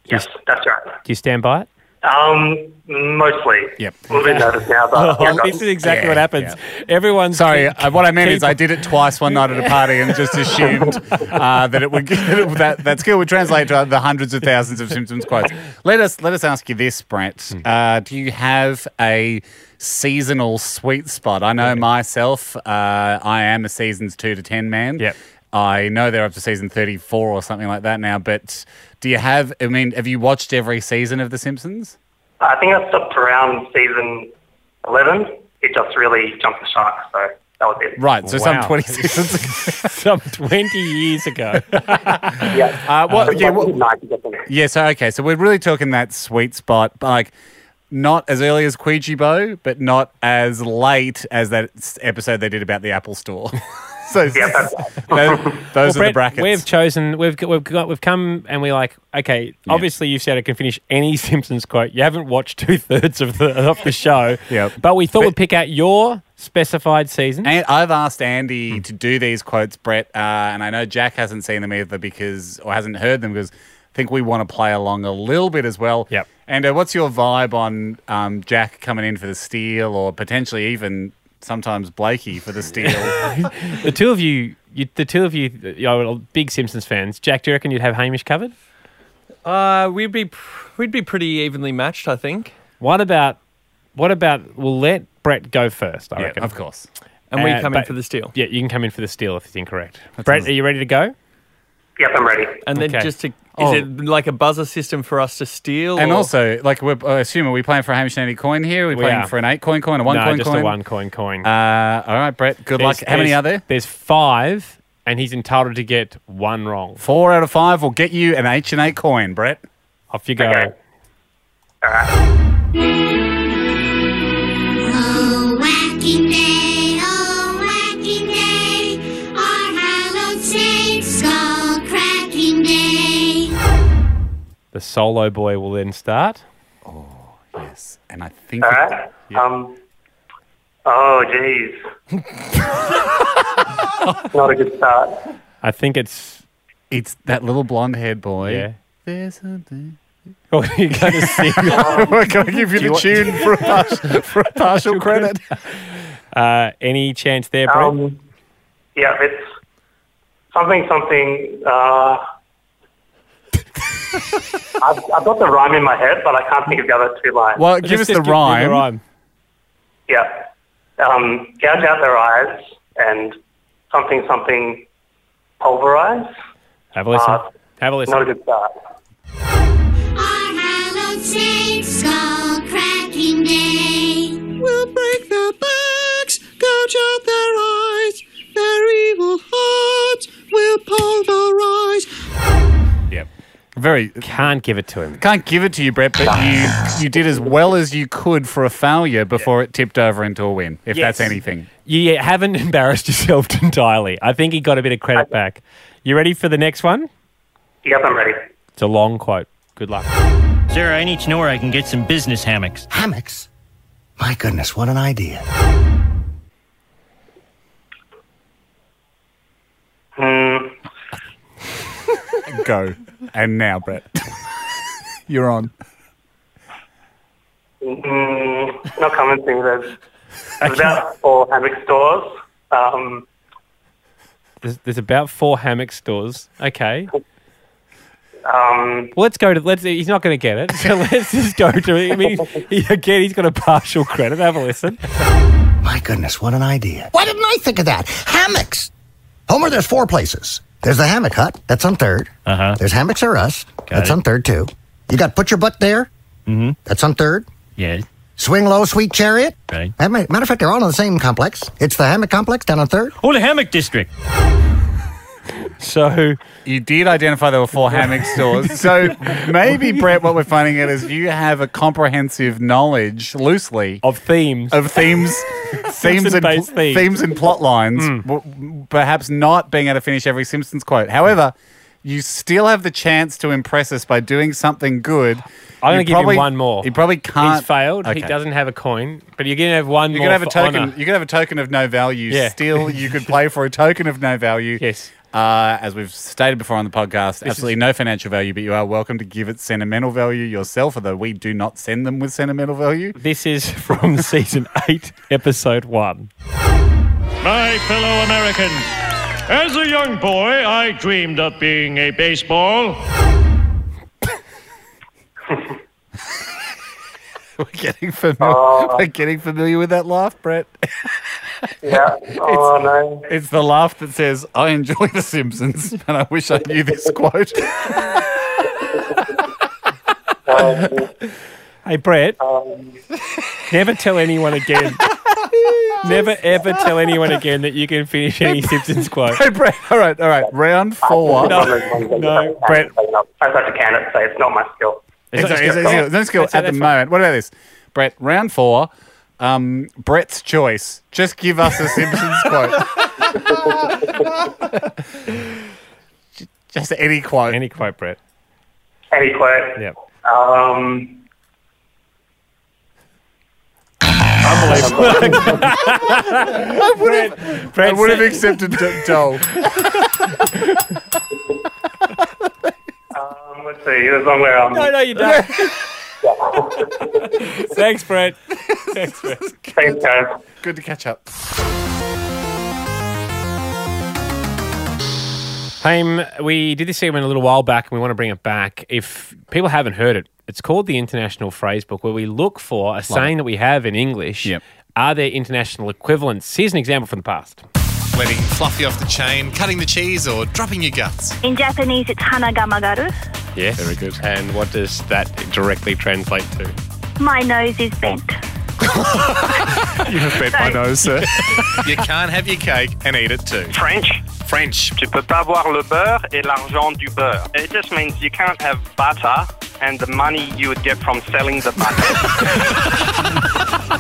Speaker 1: Yes, that's right.
Speaker 3: Do you stand by it?
Speaker 1: Um, mostly.
Speaker 4: Yep.
Speaker 1: A
Speaker 4: Oh,
Speaker 1: little bit nervous now,
Speaker 4: [LAUGHS]
Speaker 1: but
Speaker 7: Oh,
Speaker 1: yeah, I got-
Speaker 3: this is exactly
Speaker 4: Yeah,
Speaker 3: what happens. Everyone's
Speaker 4: Sorry, uh, what I meant is
Speaker 3: Keep-
Speaker 4: I did it twice one night at a party and just
Speaker 3: [LAUGHS]
Speaker 4: assumed uh, that it would [LAUGHS] that, that skill would translate to the hundreds of thousands of Simpsons quotes. Let us let us ask you this, Brett.
Speaker 3: Hmm.
Speaker 4: Uh, do you have a seasonal sweet spot? I know myself. Uh, I am a seasons two to ten man.
Speaker 3: Yep.
Speaker 4: I know they're up to season thirty-four or something like that now. But do you have? I mean, have you watched every season of The Simpsons?
Speaker 1: I think I stopped around season 11. It just really jumped the shark, so that was it.
Speaker 4: Right. So some
Speaker 3: Wow.
Speaker 4: twenty [LAUGHS] seasons.
Speaker 3: some 20 years ago.
Speaker 1: Yeah.
Speaker 4: uh,
Speaker 1: It
Speaker 4: what,
Speaker 1: was
Speaker 4: yeah,
Speaker 1: like
Speaker 4: what,
Speaker 1: midnight to get there.
Speaker 4: Yeah, so okay, so we're really talking that sweet spot, like not as early as Queegee Bow, but not as late as that s- episode they did about the Apple Store. [LAUGHS] so
Speaker 1: Yeah, that's right.
Speaker 4: [LAUGHS] those, [LAUGHS] those are the
Speaker 3: Brett,
Speaker 4: brackets.
Speaker 3: We've chosen. We've got- we've got. We've come and we're like, okay. Obviously, you've said I can finish any [LAUGHS] Simpsons quote. You haven't watched two thirds of the of the show.
Speaker 4: [LAUGHS] Yep.
Speaker 3: But we thought we'd pick out your specified season.
Speaker 4: and I've asked
Speaker 1: Hmm.
Speaker 4: Andy to do these quotes, Brett, uh, and I know Jack hasn't seen them either because or hasn't heard them because I think we want to play along a little bit as well.
Speaker 3: Yep.
Speaker 4: And uh, what's your vibe on um, Jack coming in for the steal, or potentially even sometimes Blakey for
Speaker 3: [LAUGHS]
Speaker 4: the steal?
Speaker 3: the two of you, you, the two of you, you are big Simpsons fans. Jack, do you reckon you'd have Hamish covered?
Speaker 6: Uh, we'd be pr- we'd be pretty evenly matched, I think.
Speaker 3: What about? What about? We'll let Brett go first. I
Speaker 4: yeah,
Speaker 3: reckon.
Speaker 4: of course.
Speaker 6: And we
Speaker 3: Uh,
Speaker 6: come in
Speaker 3: but-
Speaker 6: for the steal.
Speaker 3: Yeah, you can come in for the steal if it's incorrect. Brett,
Speaker 4: sounds-
Speaker 3: are you ready to go?
Speaker 1: Yep, I'm ready.
Speaker 6: And then
Speaker 3: Okay.
Speaker 6: just to is
Speaker 4: Oh.
Speaker 6: it like a buzzer system for us to steal?
Speaker 4: And
Speaker 6: or-
Speaker 4: also, like, we're, I assume, are we playing for a Hamish and Andy coin here? Are we,
Speaker 3: We
Speaker 4: playing
Speaker 3: are.
Speaker 4: for an eight coin coin, a one
Speaker 3: no,
Speaker 4: coin
Speaker 3: just
Speaker 4: coin?
Speaker 3: a one coin coin.
Speaker 4: Uh, all right, Brett, good
Speaker 3: There's-
Speaker 4: luck. How many
Speaker 3: there's-
Speaker 4: are there?
Speaker 3: There's five, and he's entitled to get one wrong.
Speaker 4: Four out of five will get you an H and A coin, Brett.
Speaker 3: Off you go.
Speaker 1: Okay. All right.
Speaker 5: Oh, wacky day, oh, wacky day, our hallowed saints, skull cracking day.
Speaker 3: The solo boy will then start.
Speaker 4: Yes, and I think.
Speaker 1: All right. Um, oh,
Speaker 4: [LAUGHS]
Speaker 1: jeez. Not a good start.
Speaker 3: I think it's [LAUGHS]
Speaker 4: It's that little blonde haired boy.
Speaker 3: Yeah.
Speaker 4: There's [LAUGHS] something.
Speaker 3: Oh, you're going to sing.
Speaker 4: We're going to give you the tune for a partial, [LAUGHS] for a partial credit.
Speaker 3: Uh, any chance there, Brett?
Speaker 7: Um, yeah, it's something, something.
Speaker 4: [LAUGHS]
Speaker 7: Uh, I've, I've got the rhyme in my head, but I can't think of the other two lines.
Speaker 4: Well, give us
Speaker 3: Just-
Speaker 4: the
Speaker 3: just me
Speaker 4: rhyme.
Speaker 7: Yeah. Um, gouge out their eyes and something, something pulverize.
Speaker 3: Have a listen.
Speaker 7: Uh,
Speaker 3: Have a listen.
Speaker 7: Not a good start.
Speaker 8: Our hallowed Saint Skull Cracking Day. We'll break their backs, gouge out their eyes, their evil hearts will pulverize.
Speaker 3: Yep.
Speaker 4: Very
Speaker 3: Can't give it to him.
Speaker 4: can't give it to you, Brett, but you you did as well as you could for a failure before it tipped over into a win, if that's
Speaker 3: Yes.
Speaker 4: anything.
Speaker 3: You haven't [LAUGHS] embarrassed yourself entirely. I think he got a bit of credit back. You ready for the next one?
Speaker 7: Yep, I'm ready.
Speaker 3: It's a long quote. Good luck.
Speaker 9: Sir, I need to know where I can get some business hammocks.
Speaker 2: Hammocks? My goodness, what an idea.
Speaker 7: Hmm.
Speaker 4: Go. And now, Brett. [LAUGHS] You're on.
Speaker 7: Mm, not coming to me. There's there's about four hammock stores. Um,
Speaker 3: There's, there's about four hammock stores. Okay. Well,
Speaker 7: um,
Speaker 3: let's go to. Let's. He's not going to get it.
Speaker 9: [LAUGHS]
Speaker 3: So let's just go to. I mean, he- again, he's got a partial credit. Have a listen.
Speaker 2: My goodness, what an idea. Why didn't I think of that? Hammocks. Homer, there's four places. There's the hammock hut, that's on third. Uh-huh. There's hammocks or us, that's
Speaker 9: it.
Speaker 2: on third too. You got put your butt there, mm-hmm. that's on third.
Speaker 9: Yeah,
Speaker 2: Swing low, sweet chariot.
Speaker 9: right.
Speaker 2: As a ma- Matter of fact, they're all in the same complex. It's the hammock complex down on third.
Speaker 9: Oh, the hammock district.
Speaker 3: So
Speaker 4: You did identify there were [LAUGHS] four hammock stores. So maybe, Brett, what we're finding out is you have a comprehensive knowledge, loosely,
Speaker 3: of themes. [LAUGHS]
Speaker 4: of themes, themes and
Speaker 3: Simpson-based
Speaker 4: pl-
Speaker 3: themes. Mm.
Speaker 4: themes and plot lines. W- perhaps not being able to finish every Simpsons quote. However, you still have the chance to impress us by doing something good.
Speaker 3: I'm gonna
Speaker 4: You
Speaker 3: give him
Speaker 4: probably-
Speaker 3: one more.
Speaker 4: You probably can't.
Speaker 3: he's failed.
Speaker 4: Okay.
Speaker 3: He doesn't have a coin. But you're going to have one.
Speaker 4: You're
Speaker 3: more
Speaker 4: gonna have a
Speaker 3: for
Speaker 4: token.
Speaker 3: honor.
Speaker 4: You're gonna have a token of no value.
Speaker 3: Yeah.
Speaker 4: Still, you could play for a token of no [LAUGHS] value.
Speaker 3: Yes.
Speaker 4: Uh, as we've stated before on the podcast, absolutely no financial value, but you are welcome to give it sentimental value yourself. Although we do not send them with sentimental value.
Speaker 3: This is from [LAUGHS] season eight, episode one.
Speaker 10: My fellow Americans, as a young boy, I dreamed of being a baseball.
Speaker 4: [LAUGHS] [LAUGHS] We're getting familiar. we're getting familiar with that laugh, Brett. [LAUGHS]
Speaker 7: yeah. Oh no.
Speaker 4: It's the laugh that says, I enjoy The Simpsons [LAUGHS] and I wish I knew this quote.
Speaker 7: Um,
Speaker 3: Hey, Brett,
Speaker 7: um,
Speaker 3: never tell anyone again. never ever tell anyone again that you can finish any Simpsons quote.
Speaker 4: [LAUGHS] hey, Brett. All right, all right. Round four.
Speaker 7: one of those ones that you
Speaker 3: no,
Speaker 7: just have to
Speaker 4: Brett.
Speaker 7: say no. I've got to can it, so it's not my skill.
Speaker 4: It's,
Speaker 3: not-
Speaker 4: it's-
Speaker 3: it's
Speaker 4: it's- it's no skill
Speaker 3: That's it,
Speaker 4: at the
Speaker 3: that's
Speaker 4: moment. What about this? Brett, round four. Um, Brett's choice. Just give us
Speaker 3: [LAUGHS]
Speaker 4: a Simpsons quote. Just any quote.
Speaker 3: Any quote, Brett.
Speaker 7: Any quote?
Speaker 3: Yep.
Speaker 7: Um,
Speaker 4: I
Speaker 3: Brett
Speaker 4: would have
Speaker 3: said-
Speaker 4: accepted D- Dole.
Speaker 7: um, let's see. There's one where um,
Speaker 3: no, no, you don't. Thanks, Brett.
Speaker 7: same time.
Speaker 4: Good to catch up.
Speaker 3: Haim, we did this segment a little while back and we want to bring it back. If people haven't heard it, it's called the International Phrase Book, where we look for a saying that we have in English.
Speaker 4: Yep.
Speaker 3: Are there international equivalents? Here's an example from the past.
Speaker 11: letting Fluffy off the chain, cutting the cheese, or dropping your guts.
Speaker 5: In Japanese, it's hanagamagaru.
Speaker 3: Yes. Very good. And what does that directly translate to?
Speaker 5: My nose is bent.
Speaker 4: You have bent my nose, sir.
Speaker 11: You can't have your cake and eat it too.
Speaker 7: French.
Speaker 11: French.
Speaker 7: Tu peux pas avoir le beurre et l'argent du beurre. It just means you can't have butter and the money you would get from selling the butter.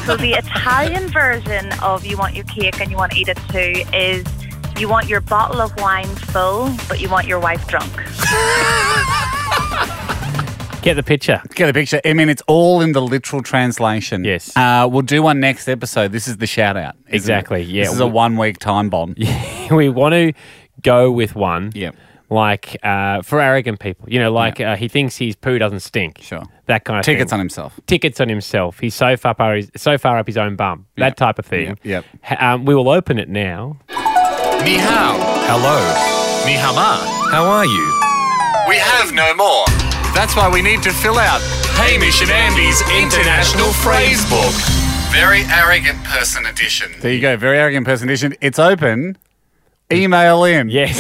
Speaker 5: So the Italian version of you want your cake and you want to eat it too is you want your bottle of wine full, but you want your wife drunk.
Speaker 3: Get the picture.
Speaker 4: Get a picture. I mean, it's all in the literal translation.
Speaker 3: Yes.
Speaker 4: Uh, we'll do one next episode. This is the shout out. isn't it?
Speaker 3: Exactly, [LAUGHS] yeah.
Speaker 4: This is a one week time bomb.
Speaker 3: we want to go with one
Speaker 4: Yep.
Speaker 3: like uh, for arrogant people. You know, like uh, he thinks his poo doesn't stink.
Speaker 4: Sure.
Speaker 3: That kind of
Speaker 4: Tickets
Speaker 3: thing.
Speaker 4: on himself.
Speaker 3: Tickets on himself. He's so far up his, so far up his own bum. That type of thing.
Speaker 4: Yep.
Speaker 3: H- Um, we will open it now. [LAUGHS]
Speaker 12: Ni hao. Hello. Ni hao ma. How are you? We have no more. That's why we need to fill out Hamish and Andy's International Phrase Book.
Speaker 4: Very arrogant person edition. There you go. Very arrogant person edition. It's open. Email in.
Speaker 3: Yes.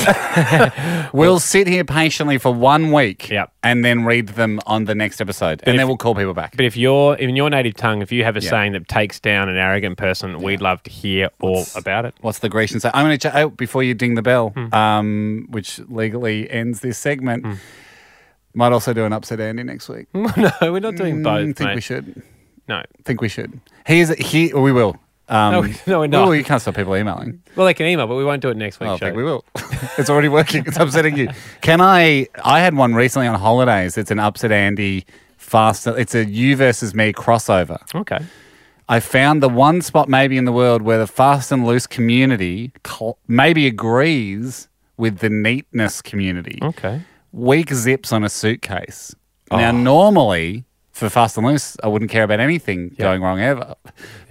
Speaker 4: We'll sit here patiently for one week
Speaker 3: Yep.
Speaker 4: and then read them on the next episode. and then we'll call people back.
Speaker 3: But if you're in your native tongue, if you have a
Speaker 4: Yeah.
Speaker 3: saying that takes down an arrogant person, we'd love to hear all about it. [LAUGHS]
Speaker 4: What's the Grecian say? I'm going to check out before you ding the bell,
Speaker 3: Hmm.
Speaker 4: um, which legally ends this segment. Might also do an upset Andy next week.
Speaker 3: no, we're not doing
Speaker 4: Mm,
Speaker 3: Hmm. both.
Speaker 4: think
Speaker 3: mate.
Speaker 4: we should.
Speaker 3: No.
Speaker 4: Think we should. He is he. We will. Um,
Speaker 3: No, [LAUGHS] we- no, we're
Speaker 4: we
Speaker 3: not.
Speaker 4: will. you can't stop people emailing. Oh,
Speaker 3: Well, they can email, but we won't do it next week.
Speaker 4: I don't
Speaker 3: show.
Speaker 4: think we will. [LAUGHS] it's already working. It's upsetting you. Can I? I had one recently on holidays. It's an upset Andy fast. It's a you versus me crossover.
Speaker 3: Okay.
Speaker 4: I found the one spot maybe in the world where the fast and loose community cl- maybe agrees with the neatness community.
Speaker 3: Okay.
Speaker 4: Weak zips on a suitcase.
Speaker 3: Oh.
Speaker 4: Now, normally for fast and loose, I wouldn't care about anything going wrong ever,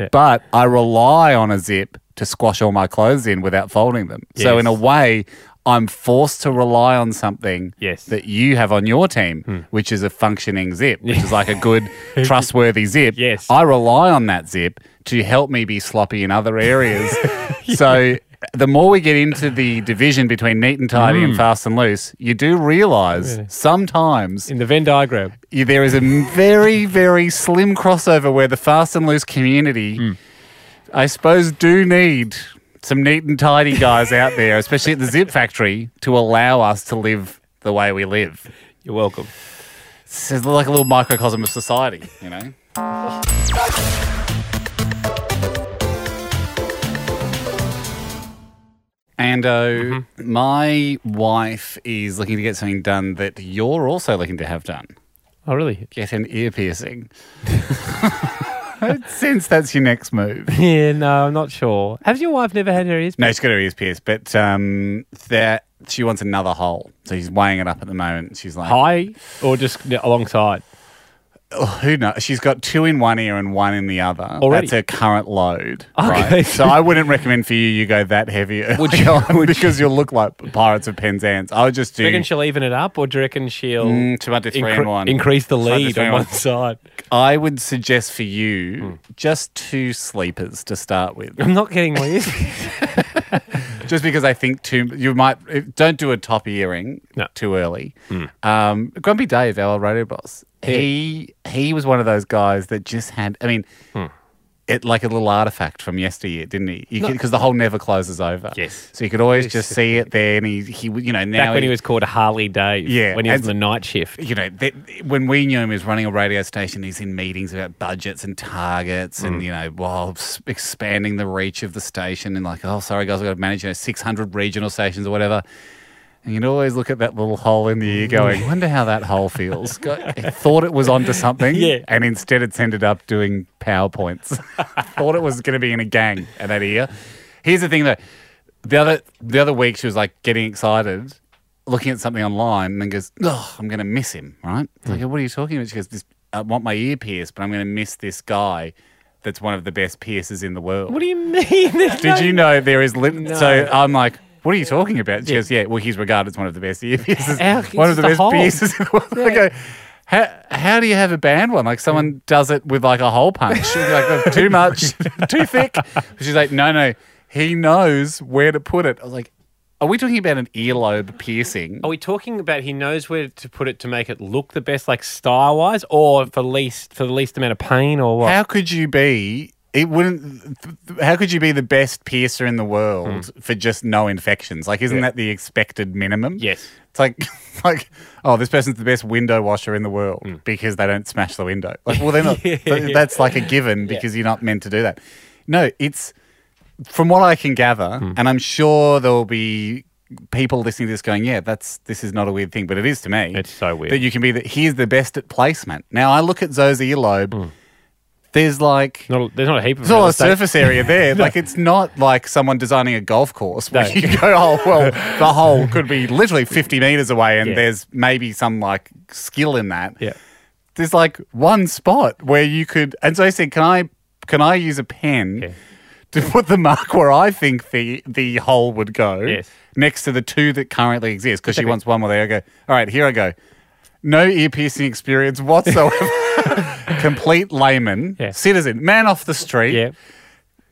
Speaker 3: Yeah.
Speaker 4: but I rely on a zip to squash all my clothes in without folding them. So,
Speaker 3: Yes.
Speaker 4: in a way, I'm forced to rely on something
Speaker 3: Yes. Hmm.
Speaker 4: that you have on your team, which is a functioning zip, which is like a
Speaker 3: [LAUGHS]
Speaker 4: good, trustworthy zip.
Speaker 3: Yes.
Speaker 4: I rely on that zip to help me be sloppy in other areas. So the more we get into the division between neat and tidy and fast and loose, you do realize sometimes
Speaker 3: In the Venn diagram.
Speaker 4: you, there is a m- very, very slim crossover where the fast and loose community, I suppose, do need some neat and tidy guys out there, especially at the Zip Factory, to allow us to live the way we live.
Speaker 3: You're welcome.
Speaker 4: It's like a little microcosm of society, you know? Ando, my wife is looking to get something done that you're also looking to have done
Speaker 3: Oh, really?
Speaker 4: get an ear piercing. [LAUGHS] Since that's your next move.
Speaker 3: Yeah, no, I'm not sure. Has your wife never had her ears?
Speaker 4: No, she's got her ears pierced, but um, that she wants another hole. So she's weighing it up at the moment. She's like,
Speaker 3: High or just n- alongside?
Speaker 4: who knows? She's got two in one ear and one in the other.
Speaker 3: Already?
Speaker 4: That's her current load.
Speaker 3: Okay.
Speaker 4: Right? So I wouldn't recommend for you you go that heavy would you,
Speaker 3: [LAUGHS]
Speaker 4: because you'll look like Pirates of Penzance. I would just
Speaker 3: Do you reckon
Speaker 4: do
Speaker 3: she'll even it up or do you reckon she'll
Speaker 4: Mm, two under three
Speaker 3: incre-
Speaker 4: and one.
Speaker 3: increase the
Speaker 4: Two under
Speaker 3: lead
Speaker 4: three
Speaker 3: on
Speaker 4: and
Speaker 3: one Hmm.
Speaker 4: one. [LAUGHS]
Speaker 3: side?
Speaker 4: I would suggest for you just two sleepers to start
Speaker 3: [LAUGHS]
Speaker 4: with.
Speaker 3: I'm not getting my ears.
Speaker 4: just because I think too you might if- don't do a top earring
Speaker 3: No. Hmm.
Speaker 4: too early. Um, Grumpy Dave, our old radio boss, he he was one of those guys that just had. I mean.
Speaker 3: Hmm.
Speaker 4: It like a little artifact from yesteryear, didn't he? Because the whole never closes over.
Speaker 3: Yes.
Speaker 4: so you could always just see it there, and he, he would- you know, now
Speaker 3: Back when he was called Harley Dave.
Speaker 4: Yeah,
Speaker 3: When he was on
Speaker 4: as-
Speaker 3: the night shift.
Speaker 4: you know, that, when we knew him, he was running a radio station. He's in meetings about budgets and targets, and you know, while s- expanding the reach of the station, and like, oh, sorry guys, I've got to manage you know six hundred regional stations or whatever. And you'd always look at that little hole in the ear, going, "Wonder how that hole feels." Got- Thought it was onto something,
Speaker 3: Yeah.
Speaker 4: and instead it's ended up doing powerpoints. Thought it was going to be in a gang at that ear. Here's the thing, though. The other the other week, she was like getting excited, looking at something online, and then goes, "Oh, I'm going to miss him." Right? It's Like, what are you talking about? She goes, this, "I want my ear pierced, but I'm going to miss this guy." That's one of the best piercers in the world.
Speaker 3: What do you mean? [LAUGHS] There's
Speaker 4: [LAUGHS] Did
Speaker 3: no-
Speaker 4: you know there is lit? So I'm like, what are you talking about? She goes, yeah, well, he's regarded as one of the best ear pieces.
Speaker 3: How-
Speaker 4: one
Speaker 3: it's
Speaker 4: of the
Speaker 3: the
Speaker 4: best
Speaker 3: hole.
Speaker 4: pieces in the world. I go, how, how do you have a band one? Like someone does it with like a hole punch. She's like, "Oh, too much, too thick. But She's like, no, no, he knows where to put it. I was like, are we talking about an earlobe piercing?
Speaker 3: Are we talking about he knows where to put it to make it look the best, like style wise, or for least for the least amount of pain, or what?
Speaker 4: How could you be? It wouldn't. th- th- How could you be the best piercer in the world
Speaker 3: Hmm.
Speaker 4: for just no infections? Like, isn't that the expected minimum?
Speaker 3: Yes.
Speaker 4: It's like, [LAUGHS] like, oh, this person's the best window washer in the world
Speaker 3: Hmm.
Speaker 4: because they don't smash the window. Like, well,
Speaker 3: [LAUGHS]
Speaker 4: they're not. th- That's like a given because you're not meant to do that. No, it's from what I can gather,
Speaker 3: Hmm.
Speaker 4: and I'm sure there'll be people listening to this going, "Yeah, that's this is not a weird thing, but it is to me."
Speaker 3: It's so weird. Hmm.
Speaker 4: that you can be that. He's the best at placement. Now I look at Zoe's earlobe. There's like
Speaker 3: not, there's not a heap of
Speaker 4: There's all
Speaker 3: real
Speaker 4: a
Speaker 3: estate.
Speaker 4: surface
Speaker 3: [LAUGHS]
Speaker 4: area there. Like it's not like someone designing a golf course where you go, oh
Speaker 3: [LAUGHS]
Speaker 4: well, the hole could be literally 50 meters away, and
Speaker 3: Yeah.
Speaker 4: there's maybe some like skill in that.
Speaker 3: Yeah.
Speaker 4: There's like one spot where you could, and so I said, can I can I use a pen? To put the mark where I think the the hole would go,
Speaker 3: Yes.
Speaker 4: next to the two that currently exist, because she wants one more. There, I go. All right, here I go. No ear piercing
Speaker 3: [LAUGHS]
Speaker 4: experience whatsoever. Complete layman,
Speaker 3: Yeah.
Speaker 4: citizen, man off the street.
Speaker 3: Yeah.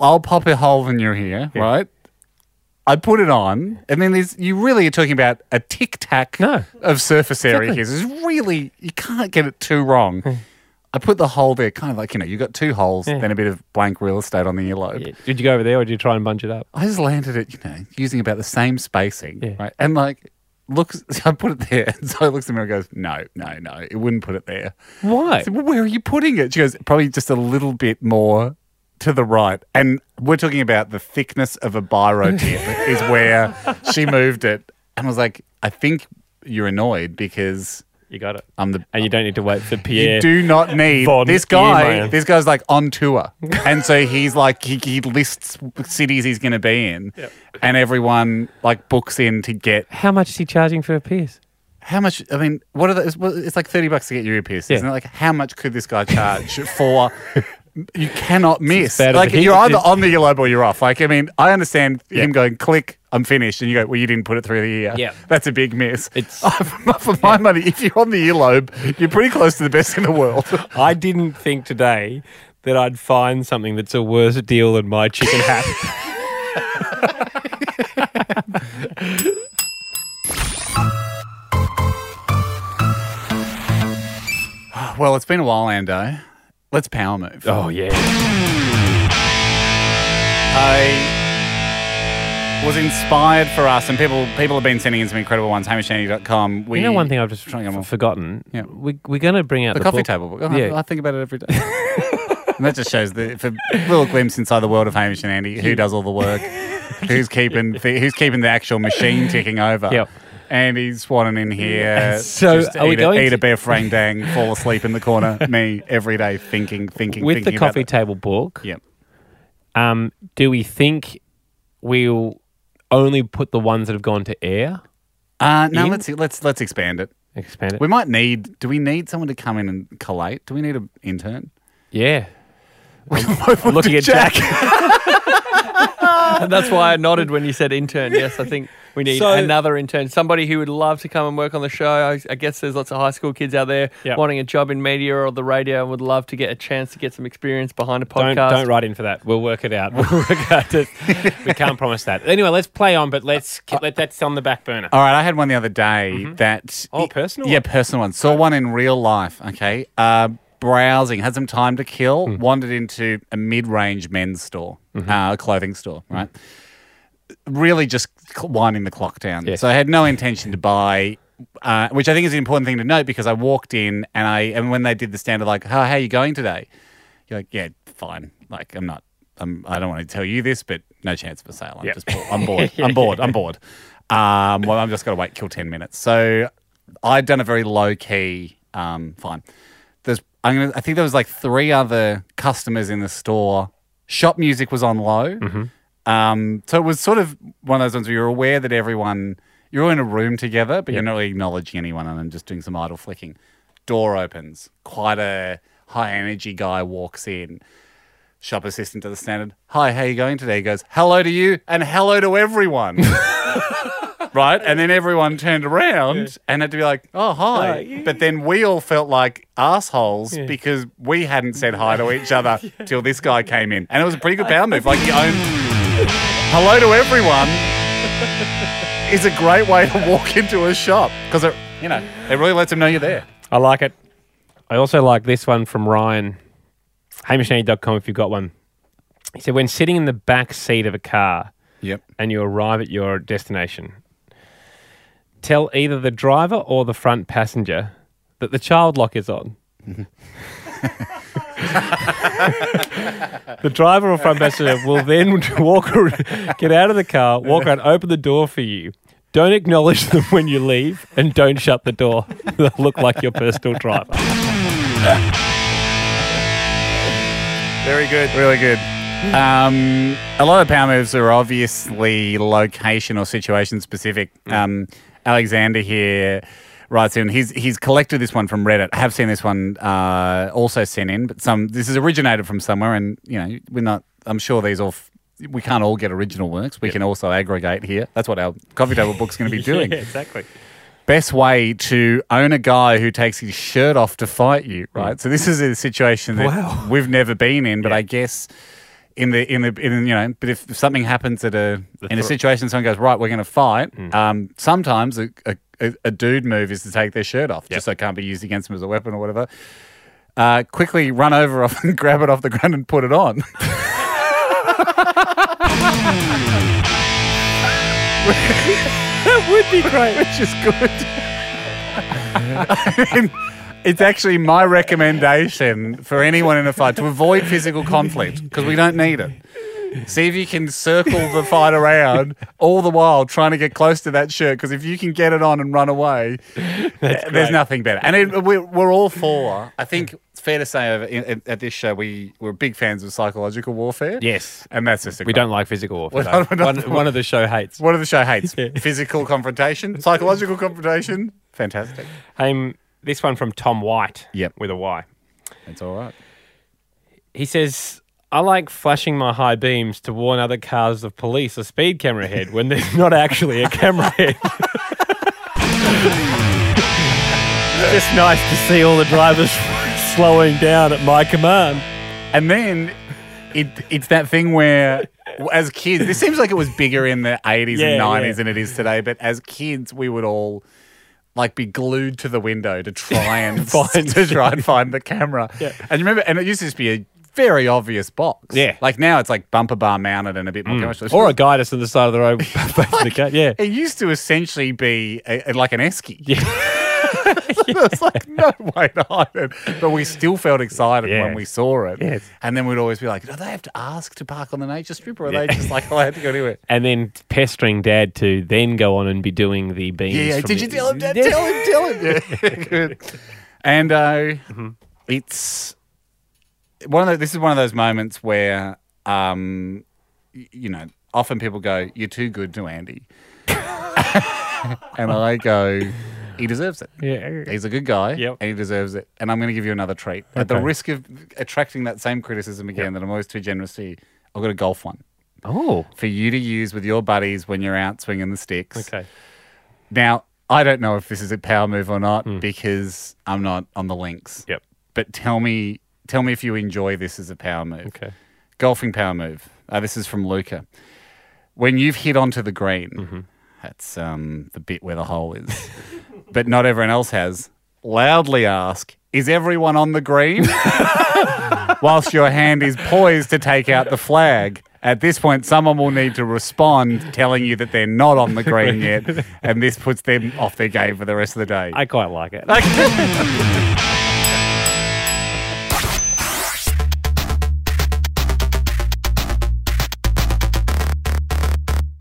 Speaker 4: I'll pop a hole in your ear, right? I put it on, and then there's you really are talking about a tic tac
Speaker 3: No.
Speaker 4: of surface area here. It's really you can't get it too wrong. I put the hole there, kind of like you know, you got two holes, then a bit of blank real estate on the earlobe.
Speaker 3: Did you go over there or did you try and bunch it up?
Speaker 4: I just landed it, you know, using about the same spacing, right? And like, looks, [LAUGHS] I put it there. And so I looks at me and goes, "No, no, no, it wouldn't put it there."
Speaker 3: Why?
Speaker 4: I said, well, where are you putting it? She goes, probably just a little bit more to the right. And we're talking about the thickness of a biro tip is where she moved it. And I was like, I think you're annoyed because
Speaker 3: You got it.
Speaker 4: I'm the.
Speaker 3: And you don't need to wait for Pierre.
Speaker 4: You do not need
Speaker 3: Von
Speaker 4: this guy.
Speaker 3: Earman.
Speaker 4: This guy's like on tour, and so he's like he, he lists cities he's going to be in, and everyone like books in to get
Speaker 3: How much is he charging for a pierce?
Speaker 4: how much? I mean, what are those? Well, it's like thirty bucks to get your ear pierced,
Speaker 3: Yeah.
Speaker 4: isn't it? Like, how much could this guy charge
Speaker 3: [LAUGHS]
Speaker 4: for? You cannot miss.
Speaker 3: bad as
Speaker 4: Like,
Speaker 3: the heat
Speaker 4: you're
Speaker 3: that
Speaker 4: either
Speaker 3: is.
Speaker 4: on the earlobe or you're off. Like, I mean, I understand him going click, I'm finished, and you go, well, you didn't put it through the ear.
Speaker 3: Yeah.
Speaker 4: that's a big miss.
Speaker 3: It's-
Speaker 4: [LAUGHS] for my money. If you're on the earlobe, you're pretty close to the best in
Speaker 3: [LAUGHS]
Speaker 4: the world.
Speaker 3: I didn't think today that I'd find something that's a worse deal than my chicken
Speaker 4: [LAUGHS]
Speaker 3: hat.
Speaker 4: well, it's been a while, Ando. Let's power move.
Speaker 3: oh, yeah.
Speaker 4: I was inspired for us, and people people have been sending in some incredible ones. HamishAndy.com. We
Speaker 3: you know one thing I've just
Speaker 4: Trying to get more-
Speaker 3: f- forgotten?
Speaker 4: Yeah.
Speaker 3: We, we're going to bring out
Speaker 4: the,
Speaker 3: the,
Speaker 4: coffee
Speaker 3: book.
Speaker 4: table book. Oh, I-
Speaker 3: Yeah.
Speaker 4: I, think about it every day. [LAUGHS] and that just shows the for a little glimpse inside the world of Hamish and Andy, who does all
Speaker 3: [LAUGHS]
Speaker 4: the work, who's keeping the, who's keeping the actual machine ticking over.
Speaker 3: Yep.
Speaker 4: Andy's wanting in here.
Speaker 3: So,
Speaker 4: just
Speaker 3: are we
Speaker 4: eat,
Speaker 3: going
Speaker 4: a, eat
Speaker 3: to-
Speaker 4: a bear frang dang, fall asleep in
Speaker 3: [LAUGHS]
Speaker 4: the corner. Me every day thinking, thinking,
Speaker 3: With
Speaker 4: thinking
Speaker 3: the coffee
Speaker 4: About
Speaker 3: table book,
Speaker 4: the- yep.
Speaker 3: um, do we think we'll only put the ones that have gone to air?
Speaker 4: Uh, now
Speaker 3: In?
Speaker 4: let's see- let's let's expand it.
Speaker 3: Expand it.
Speaker 4: We might need. Do we need someone to come in and collate? Do we need an intern? [LAUGHS]
Speaker 3: yeah. I'm [LAUGHS] looking at Jack.
Speaker 6: And [LAUGHS] that's why I nodded when you said intern. Yes, I think we need
Speaker 3: [LAUGHS] So-
Speaker 6: another intern, somebody who would love to come and work on the show. I, I guess there's lots of high school kids out there
Speaker 3: Yep.
Speaker 6: wanting a job in media or the radio and would love to get a chance to get some experience behind
Speaker 3: [LAUGHS]
Speaker 6: a
Speaker 3: Don't,
Speaker 6: podcast.
Speaker 3: don't write in for that. We'll work it out. [LAUGHS] We'll work out. It.
Speaker 4: [LAUGHS]
Speaker 3: We can't promise that. Anyway, let's play on, but let's ki- let that's on the back burner.
Speaker 4: All right, I had one the other day that.
Speaker 3: Oh, personal
Speaker 4: Uh, Yeah,
Speaker 3: one. Oh.
Speaker 4: personal one. Saw one in real life. Okay. Uh, browsing, had some time to kill,
Speaker 3: Hmm.
Speaker 4: wandered into a mid range men's store,
Speaker 3: Mm-hmm.
Speaker 4: uh, a clothing store,
Speaker 3: Hmm.
Speaker 4: right? Really just cl- winding the clock down.
Speaker 3: Yes.
Speaker 4: So I had no intention to buy. Uh, which I think is an important thing to note because I walked in and I and when they did the standard like, oh, how are you going today? You're like, yeah, fine. Like, I'm not. I'm. I don't want to tell you this, but no chance of a sale. I'm just. Bored. I'm bored. I'm bored. I'm bored. Um, well, I'm just going to wait till ten minutes. So, I'd done a very low key. Um, fine. There's. I'm gonna. I think there was like three other customers in the store. Shop music was on low. Um, so it was sort of one of those ones where you're aware that everyone you're all in a room together, but you're not really acknowledging anyone, and I'm just doing some idle flicking. Door opens. Quite a high energy guy walks in shop assistant to the standard. Hi, how you going today? He goes, hello to you and hello to everyone. right? And then everyone turned around and had to be like, oh, hi. But then we all felt like assholes because we hadn't said hi to each other till this guy came in. And it was a pretty good power move. Like, you own hello to everyone [LAUGHS] is a great way to walk into a shop because it, you know, it really lets them know you're there.
Speaker 3: I like it. I also like this one from Ryan. HamishNanny.com if you've got one. He said, when sitting in the back seat of a car
Speaker 4: Yep.
Speaker 3: and you arrive at your destination, tell either the driver or the front passenger that the child lock is on. [LAUGHS] the driver or front passenger will then [LAUGHS] walk, ar- get out of the car, walk around, open the door for you. Don't acknowledge them [LAUGHS] when you leave, and don't shut the door. [LAUGHS] They'll look like your personal driver.
Speaker 6: Very good.
Speaker 4: Really good. Um, a lot of power moves are obviously location or situation specific. Um, Alexander here writes in. He's he's collected this one from Reddit. I have seen this one uh, also sent in, but some this is originated from somewhere, and you know we're not. I'm sure these all. F- we can't all get original works. We can also aggregate here. That's what our coffee table book's going to be
Speaker 3: [LAUGHS]
Speaker 4: doing.
Speaker 3: Yeah, exactly.
Speaker 4: Best way to own a guy who takes his shirt off to fight you, right? So this is a situation that
Speaker 3: Hmm. Wow.
Speaker 4: we've never been in, but I guess in the in the in you know, but if, if something happens at a in a
Speaker 3: thro- Hmm.
Speaker 4: situation, someone goes right, we're going to fight. Um, sometimes a, a a- a dude move is to take their shirt off, just so it can't be used against them as a weapon or whatever. Uh, quickly run over [LAUGHS] off and grab it off the ground and put it on.
Speaker 3: That would be great.
Speaker 4: which is good. [LAUGHS] I mean, it's actually my recommendation for anyone in a fight to avoid physical conflict because we don't need it. See if you can circle the fight around all the while trying to get close to that shirt because if you can get it on and run away, there's nothing better. And it, we're, we're all for, I think it's fair to say over in, at this show, we, we're big fans of psychological warfare.
Speaker 3: Yes.
Speaker 4: And that's just a
Speaker 3: We
Speaker 4: great-
Speaker 3: don't like physical warfare. though.
Speaker 4: We [LAUGHS] don't- we don't-
Speaker 3: one, one of the show hates.
Speaker 4: What do the
Speaker 3: [LAUGHS]
Speaker 4: show hates? Physical confrontation, psychological confrontation. Fantastic.
Speaker 3: Um, this one from Tom White.
Speaker 4: Yep.
Speaker 3: With a Y.
Speaker 4: It's all right.
Speaker 3: He says, I like flashing my high beams to warn other cars of police or speed camera ahead when there's not actually a camera ahead. it's [LAUGHS] just nice to see all the drivers [LAUGHS] slowing down at my command.
Speaker 4: And then it it's that thing where as kids, this seems like it was bigger in the 80s
Speaker 3: Yeah,
Speaker 4: and 90s
Speaker 3: yeah.
Speaker 4: than it is today, but as kids we would all like be glued to the window
Speaker 3: [LAUGHS]
Speaker 4: to try and find
Speaker 3: Find-
Speaker 4: [LAUGHS] to try and find the camera.
Speaker 3: Yeah.
Speaker 4: And you remember and it used to just be a very obvious box.
Speaker 3: Yeah. Mm.
Speaker 4: Like now it's like bumper bar mounted and a bit more commercial.
Speaker 3: Or
Speaker 4: [LAUGHS]
Speaker 3: a [LAUGHS] guide us to the side of the road. [LAUGHS] facing the gate. Yeah. [LAUGHS]
Speaker 4: It used to essentially be a, a- like an esky. [LAUGHS] It's like no way to hide it, but we still felt excited when
Speaker 3: Yes.
Speaker 4: we saw it.
Speaker 3: Yes.
Speaker 4: And then we'd always be like, "Do they have to ask to park on the nature strip, or are they just like, oh, I had to go anywhere?"
Speaker 3: And then pestering dad to then go on and be doing the beams.
Speaker 4: Yeah, yeah.
Speaker 3: from
Speaker 4: Did
Speaker 3: the-
Speaker 4: you tell him?
Speaker 3: [LAUGHS]
Speaker 4: Dad?
Speaker 3: Yeah.
Speaker 4: Tell him.
Speaker 3: [LAUGHS]
Speaker 4: Tell him. Yeah. Good. And uh,
Speaker 3: Mm-hmm.
Speaker 4: it's one of the, this is one of those moments where um, y- you know often people go, "You're too good to Andy," [LAUGHS] and I go, "He deserves it."
Speaker 3: Yeah.
Speaker 4: He's a good guy,
Speaker 3: Yep.
Speaker 4: and he deserves it. And I'm going to give you another treat at the
Speaker 3: Okay.
Speaker 4: risk of attracting that same criticism again that I'm always too generous to. You, I've got a golf one
Speaker 3: Oh.
Speaker 4: for you to use with your buddies when you're out swinging the sticks.
Speaker 3: Okay.
Speaker 4: Now, I don't know if this is a power move or not because I'm not on the links.
Speaker 3: Hmm. Yep.
Speaker 4: But tell me, tell me if you enjoy this as a power move.
Speaker 3: Okay.
Speaker 4: Golfing power move. Uh, this is from Luca. When you've hit onto the green, that's um, the bit where the hole is, [LAUGHS] but not everyone else has. Loudly ask, "Is everyone on the green?" [LAUGHS] Whilst your hand is poised to take out the flag. At this point, someone will need to respond, telling you that they're not on the green yet, and this puts them off their game for the rest of the day.
Speaker 3: I quite like it. [LAUGHS]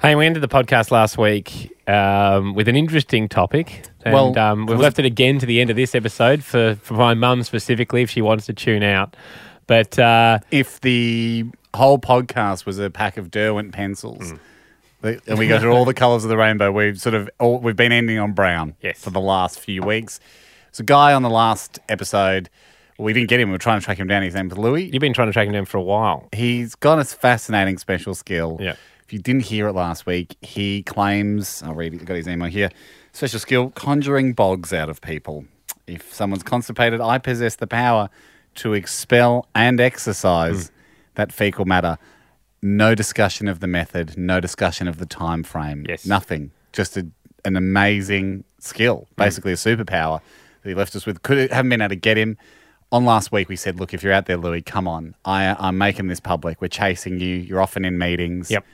Speaker 3: Hey, we ended the podcast last week um, with an interesting topic. And
Speaker 4: Well,
Speaker 3: um, we've left it again to the end of this episode for, for my mum specifically if she wants to tune out. But uh,
Speaker 4: if the whole podcast was a pack of Derwent pencils, the- and we go through all the colours of the rainbow, we've sort of all, we've been ending on brown
Speaker 3: Yes.
Speaker 4: for the last few weeks. So, guy on the last episode, we didn't get him. We were trying to track him down. His name was Louis.
Speaker 3: you've been trying to track him down for a while.
Speaker 4: He's got a fascinating special skill.
Speaker 3: Yeah.
Speaker 4: If you didn't hear it last week, he claims I'll read. it. I got his email here. Special skill: conjuring bogs out of people. If someone's constipated, I possess the power to expel and exercise
Speaker 3: Hmm.
Speaker 4: that fecal matter. No discussion of the method. No discussion of the time frame.
Speaker 3: Yes.
Speaker 4: Nothing. Just a, an amazing skill,
Speaker 3: Mm.
Speaker 4: basically a superpower that he left us with. Could haven't been able to get him. On last week, we said, look, if you're out there, Louis, come on. I, I'm making this public. We're chasing you. You're often in meetings.
Speaker 3: Yep.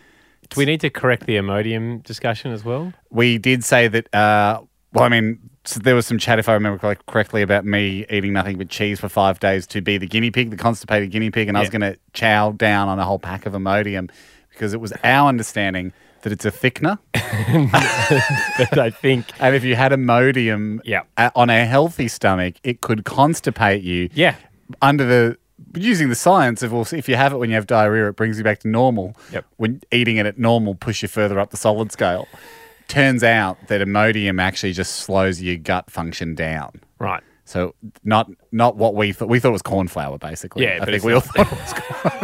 Speaker 3: Do we need to correct the Imodium discussion as well?
Speaker 4: We did say that. Uh, well, I mean, so there was some chat, if I remember correct- correctly, about me eating nothing but cheese for five days to be the guinea pig, the constipated guinea pig, and I was
Speaker 3: Yeah.
Speaker 4: going to chow down on a whole pack of Imodium because it was our understanding that it's a thickener,
Speaker 3: but I think,
Speaker 4: and if you had Imodium
Speaker 3: Yeah.
Speaker 4: a- on a healthy stomach, it could constipate you.
Speaker 3: [LAUGHS] yeah.
Speaker 4: Under the using the science of, well, if you have it when you have diarrhea, it brings you back to normal. Yep. When eating it at normal, push you further up the solid scale. Turns out that Imodium actually just slows your gut function down.
Speaker 3: Right.
Speaker 4: So not not what we thought. We thought it was corn flour, basically.
Speaker 3: Yeah,
Speaker 4: I
Speaker 3: but
Speaker 4: think
Speaker 3: it's
Speaker 4: we all
Speaker 3: not.
Speaker 4: thought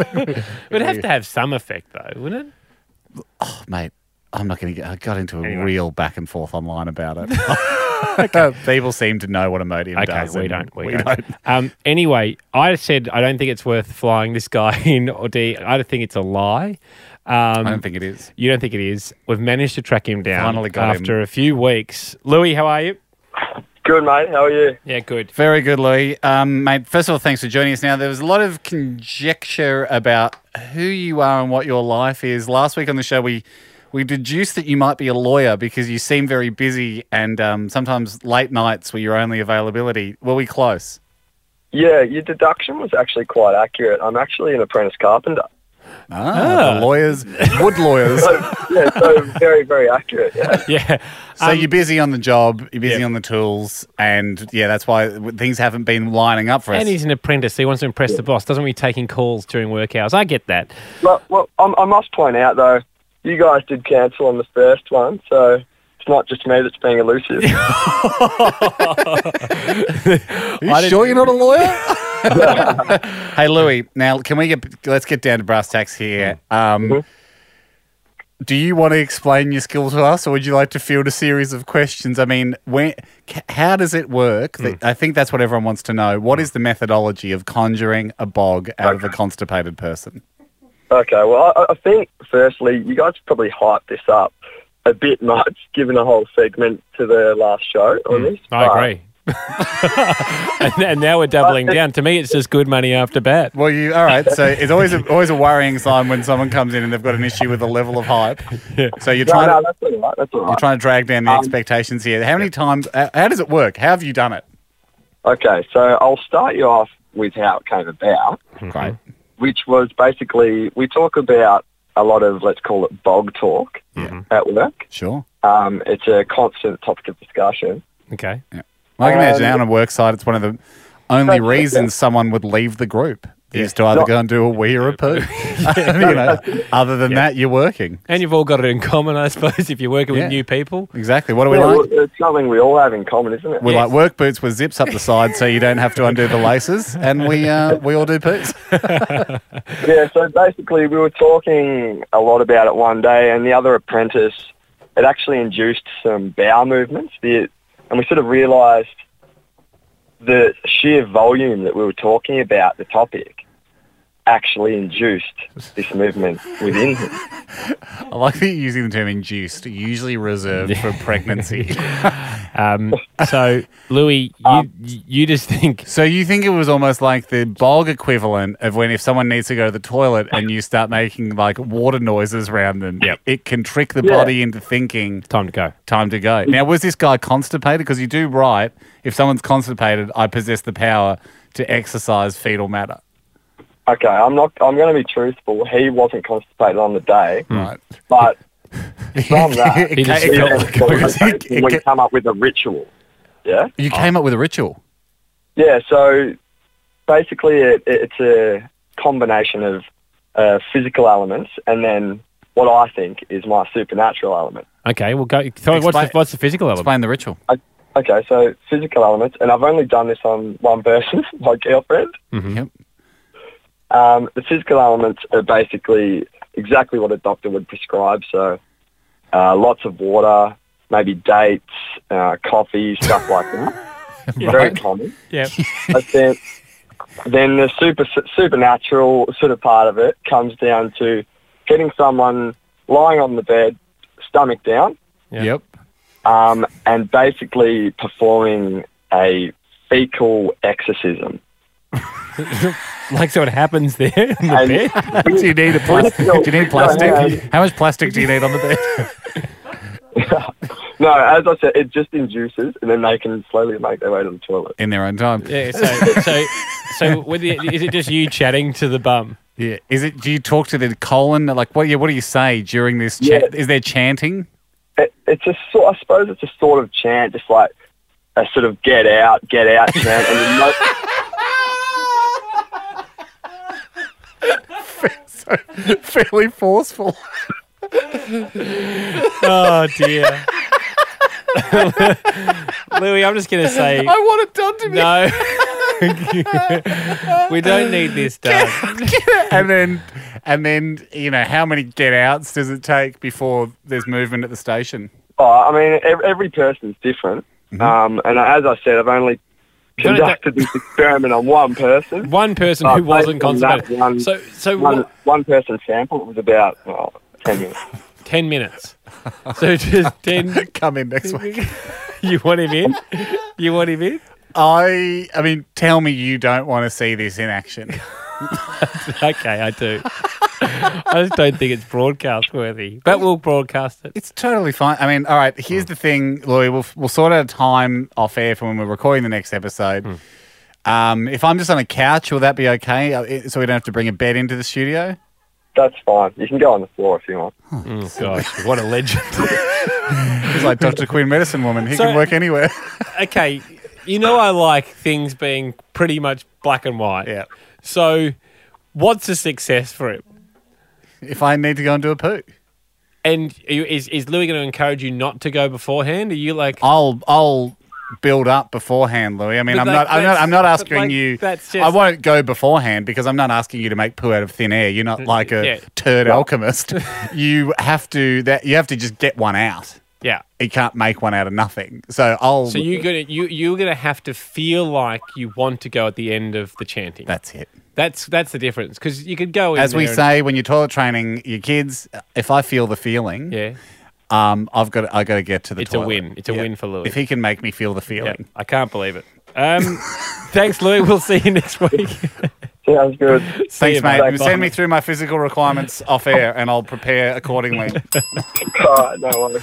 Speaker 3: [LAUGHS]
Speaker 4: it was
Speaker 3: it would have to have some effect, though, wouldn't it?
Speaker 4: mate, I'm not going to get. I got into a
Speaker 3: Anyway.
Speaker 4: real back and forth online about
Speaker 3: [LAUGHS]
Speaker 4: [LAUGHS] it. People seem to know what Imodium
Speaker 3: Okay,
Speaker 4: does.
Speaker 3: we
Speaker 4: and
Speaker 3: don't. We, don't. Um, anyway, I said I don't think it's worth flying this guy [LAUGHS] in or D. I don't think it's a lie. Um, I
Speaker 4: don't think it is.
Speaker 3: You don't think it is. We've managed to track him down
Speaker 4: Finally got him.
Speaker 3: after a few weeks. Louis, how are you?
Speaker 7: [LAUGHS] Good, mate. How are you?
Speaker 3: Yeah, good.
Speaker 4: Very good, Louis. Um, mate, first of all, thanks for joining us. Now, there was a lot of conjecture about who you are and what your life is. Last week on the show, we we deduced that you might be a lawyer because you seem very busy and um, sometimes late nights were your only availability. Were we close?
Speaker 7: Yeah, your deduction was actually quite accurate. I'm actually an apprentice carpenter.
Speaker 4: Ah, the lawyers, wood [LAUGHS] lawyers.
Speaker 7: So, yeah, [LAUGHS] so very, very accurate. Yeah.
Speaker 3: [LAUGHS] yeah.
Speaker 4: So
Speaker 3: Um,
Speaker 4: you're busy on the job, you're busy on the tools, and yeah, that's why w- things haven't been lining up for us.
Speaker 3: And he's an apprentice. So he wants to impress the boss. Doesn't want you taking calls during work hours. I get that.
Speaker 7: Well, well I'm, I must point out, though, you guys did cancel on the first one, so it's not just me that's being elusive. [LAUGHS]
Speaker 4: you sure you're not a lawyer? hey, Louis. Now, can we get let's get down to brass tacks here?
Speaker 3: Mm-hmm.
Speaker 4: Um,
Speaker 7: Mm-hmm.
Speaker 4: Do you want to explain your skill to us, or would you like to field a series of questions? I mean, when, c- how does it work? That-
Speaker 3: Mm.
Speaker 4: I think that's what everyone wants to know. What is the methodology of conjuring a bog out of a constipated person?
Speaker 7: Okay, well, I, I think, firstly, you guys probably hyped this up a bit much, given a whole segment to the last show on this.
Speaker 3: I
Speaker 7: but-
Speaker 3: agree. [LAUGHS] and, and now we're doubling down. To me, it's just good money after bad.
Speaker 4: Well, you all right? So it's always a, always a worrying sign when someone comes in and they've got an issue with the level of hype. So you're
Speaker 7: No,
Speaker 4: trying to,
Speaker 7: no, that's all right. That's all
Speaker 4: you're
Speaker 7: right. Um,
Speaker 4: trying to drag down the expectations here. How many times? uh, How does it work? How have you done it?
Speaker 7: Okay, so I'll start you off with how it came about,
Speaker 3: Mm-hmm.
Speaker 4: Great.
Speaker 7: which was basically we talk about a lot of, let's call it bog talk at work.
Speaker 4: Sure.
Speaker 7: Um, it's a constant topic of discussion.
Speaker 3: Okay.
Speaker 4: Well, I can imagine
Speaker 7: Um,
Speaker 4: on a work site, it's one of the only reasons someone would leave the group is to either
Speaker 7: Not-
Speaker 4: go and do a wee or a poo. [LAUGHS] you know, other than that, you're working.
Speaker 3: And you've all got it in common, I suppose, if you're working
Speaker 4: Yeah.
Speaker 3: with new people.
Speaker 4: Exactly. What do we
Speaker 7: Yeah,
Speaker 4: like?
Speaker 7: well, it's something we all have in common, isn't it?
Speaker 4: We like work boots with zips up the side, so you don't have
Speaker 3: [LAUGHS]
Speaker 4: to undo the laces, and we uh, we all do poos.
Speaker 7: yeah, so basically we were talking a lot about it one day and the other apprentice, it actually induced some bowel movements. The, and we sort of realised the sheer volume that we were talking about the topic actually induced this movement within him.
Speaker 4: I like that you're using the term induced, usually reserved for pregnancy.
Speaker 3: [LAUGHS] Um, so, Louis, you,
Speaker 4: Um,
Speaker 3: you just think
Speaker 4: so you think it was almost like the bog equivalent of when if someone needs to go to the toilet and you start making like water noises around them,
Speaker 3: Yep.
Speaker 4: it can trick the
Speaker 7: Yeah.
Speaker 4: body into thinking
Speaker 3: time to go.
Speaker 4: time to go. Now, was this guy constipated? Because you do write, if someone's constipated, I possess the power to exercise fetal matter.
Speaker 7: Okay, I'm not. I'm going to be truthful. He wasn't constipated on the day,
Speaker 4: Right.
Speaker 7: but
Speaker 4: [LAUGHS]
Speaker 7: from that,
Speaker 4: It ca-
Speaker 3: just
Speaker 4: it
Speaker 3: felt
Speaker 4: ca-
Speaker 3: like
Speaker 4: [LAUGHS] it ca-
Speaker 7: we come up with a ritual. Yeah.
Speaker 4: You came up with a ritual.
Speaker 7: Yeah, so basically it, it- it's a combination of uh, physical elements and then what I think is my supernatural element.
Speaker 3: Okay, well, go. Sorry, what's the,
Speaker 4: Explain-
Speaker 3: what's the physical element?
Speaker 4: Explain the ritual.
Speaker 7: Okay, so physical elements, and I've only done this on one [LAUGHS] person, my girlfriend.
Speaker 3: Mm-hmm.
Speaker 4: Yep.
Speaker 7: Um, the physical elements are basically exactly what a doctor would prescribe, so uh, lots of water, maybe dates, uh, coffee, stuff like that. Very common.
Speaker 3: Yeah.
Speaker 7: [LAUGHS] But then, then the super supernatural sort of part of it comes down to getting someone lying on the bed, stomach down,
Speaker 4: Yep. [LAUGHS]
Speaker 7: um, and basically performing a fecal exorcism.
Speaker 3: [LAUGHS] like, so it happens there in the bed.
Speaker 7: [LAUGHS] And
Speaker 4: Do you need a plastic? Do you need plastic?
Speaker 7: Yeah.
Speaker 4: How much plastic do you need on the bed? [LAUGHS]
Speaker 7: no, as I said, it just induces, and then they can slowly make their way to the toilet.
Speaker 4: In their own time.
Speaker 3: [LAUGHS] Yeah, so, so, [LAUGHS] so with the, is it just you chatting to the bum?
Speaker 4: Yeah. Is it? Do you talk to the colon? Like, what? Yeah. What do you say during this? Cha-
Speaker 7: Yeah.
Speaker 4: Is there chanting?
Speaker 7: It, it's a sort. I suppose it's a sort of chant, just like a sort of get out, get out chant, and the most,
Speaker 4: so [LAUGHS] fairly forceful.
Speaker 3: oh dear. [LAUGHS] Louis, I'm just going to
Speaker 4: I
Speaker 3: say
Speaker 4: want it done to me.
Speaker 3: no.
Speaker 4: [LAUGHS]
Speaker 3: we don't need this done.
Speaker 4: [LAUGHS] and then, and then, you know, how many get outs does it take before there's movement at the station?
Speaker 7: Oh, I mean, ev- every person's different. Um, and as I said, I've only
Speaker 3: Don't-
Speaker 7: conducted this experiment on one person.
Speaker 3: One person
Speaker 7: Uh,
Speaker 3: who wasn't
Speaker 7: based on that
Speaker 3: consummated.
Speaker 7: One,
Speaker 3: So- so
Speaker 7: one,
Speaker 3: what-
Speaker 7: one person sample it was about well, ten minutes.
Speaker 3: 10 minutes. So just 10.
Speaker 4: [LAUGHS] Come in next week.
Speaker 3: [LAUGHS] You want him in? You want him in?
Speaker 4: [LAUGHS] I, I mean, tell me you don't want to see this in [LAUGHS] action.
Speaker 3: okay, I do. I just don't think it's broadcast worthy, but we'll broadcast it.
Speaker 4: It's totally fine. I mean, all right. Here's the thing, Louis. We'll, we'll sort out a time off air for when we're recording the next episode. Um, if I'm just on a couch, will that be okay? Uh, it- So we don't have to bring a bed into the studio.
Speaker 7: That's fine. You can go on the floor if you want.
Speaker 3: Oh, gosh, what a legend.
Speaker 4: It's
Speaker 3: [LAUGHS]
Speaker 4: like Dr. Queen Medicine Woman. He
Speaker 3: So-
Speaker 4: can
Speaker 3: [LAUGHS]
Speaker 4: work anywhere.
Speaker 3: okay, you know I like things being pretty much black and white.
Speaker 4: Yeah.
Speaker 3: So, what's a success for him?
Speaker 4: [LAUGHS] if I need to go and do a poo,
Speaker 3: And are you, is is Louis going to encourage you not to go beforehand? Are you like
Speaker 4: I'll I'll build up beforehand, Louis. I mean,
Speaker 3: But
Speaker 4: I'm
Speaker 3: like,
Speaker 4: not I'm not
Speaker 3: that's-
Speaker 4: I'm not
Speaker 3: but
Speaker 4: asking
Speaker 3: like,
Speaker 4: you.
Speaker 3: that's
Speaker 4: I
Speaker 3: just-
Speaker 4: won't go beforehand because I'm not asking you to make poo out of thin air. You're not like a
Speaker 3: Mm, yeah.
Speaker 4: turd alchemist. [LAUGHS] you have to that you have to just get one out.
Speaker 3: yeah?
Speaker 4: He can't make one out of nothing. So I'll.
Speaker 3: So you're gonna you you're gonna have to feel like you want to go at the end of the chanting.
Speaker 4: That's it.
Speaker 3: That's that's the difference because you could go in
Speaker 4: As we
Speaker 3: there and-
Speaker 4: say when you're toilet training your kids, if I feel the feeling,
Speaker 3: yeah,
Speaker 4: um, I've got I got to get to the.
Speaker 3: it's
Speaker 4: toilet.
Speaker 3: a win. It's a
Speaker 4: Yeah.
Speaker 3: win for Louis.
Speaker 4: If he can make me feel the
Speaker 3: yeah,
Speaker 4: feeling.
Speaker 3: I can't believe it. Um, [LAUGHS] thanks, Louis. We'll see you next week.
Speaker 7: Sounds good.
Speaker 3: See
Speaker 4: Thanks,
Speaker 3: you,
Speaker 4: mate.
Speaker 7: mate.
Speaker 4: Send me through my physical requirements off air, and I'll prepare accordingly.
Speaker 3: [LAUGHS]
Speaker 7: All right, no worries.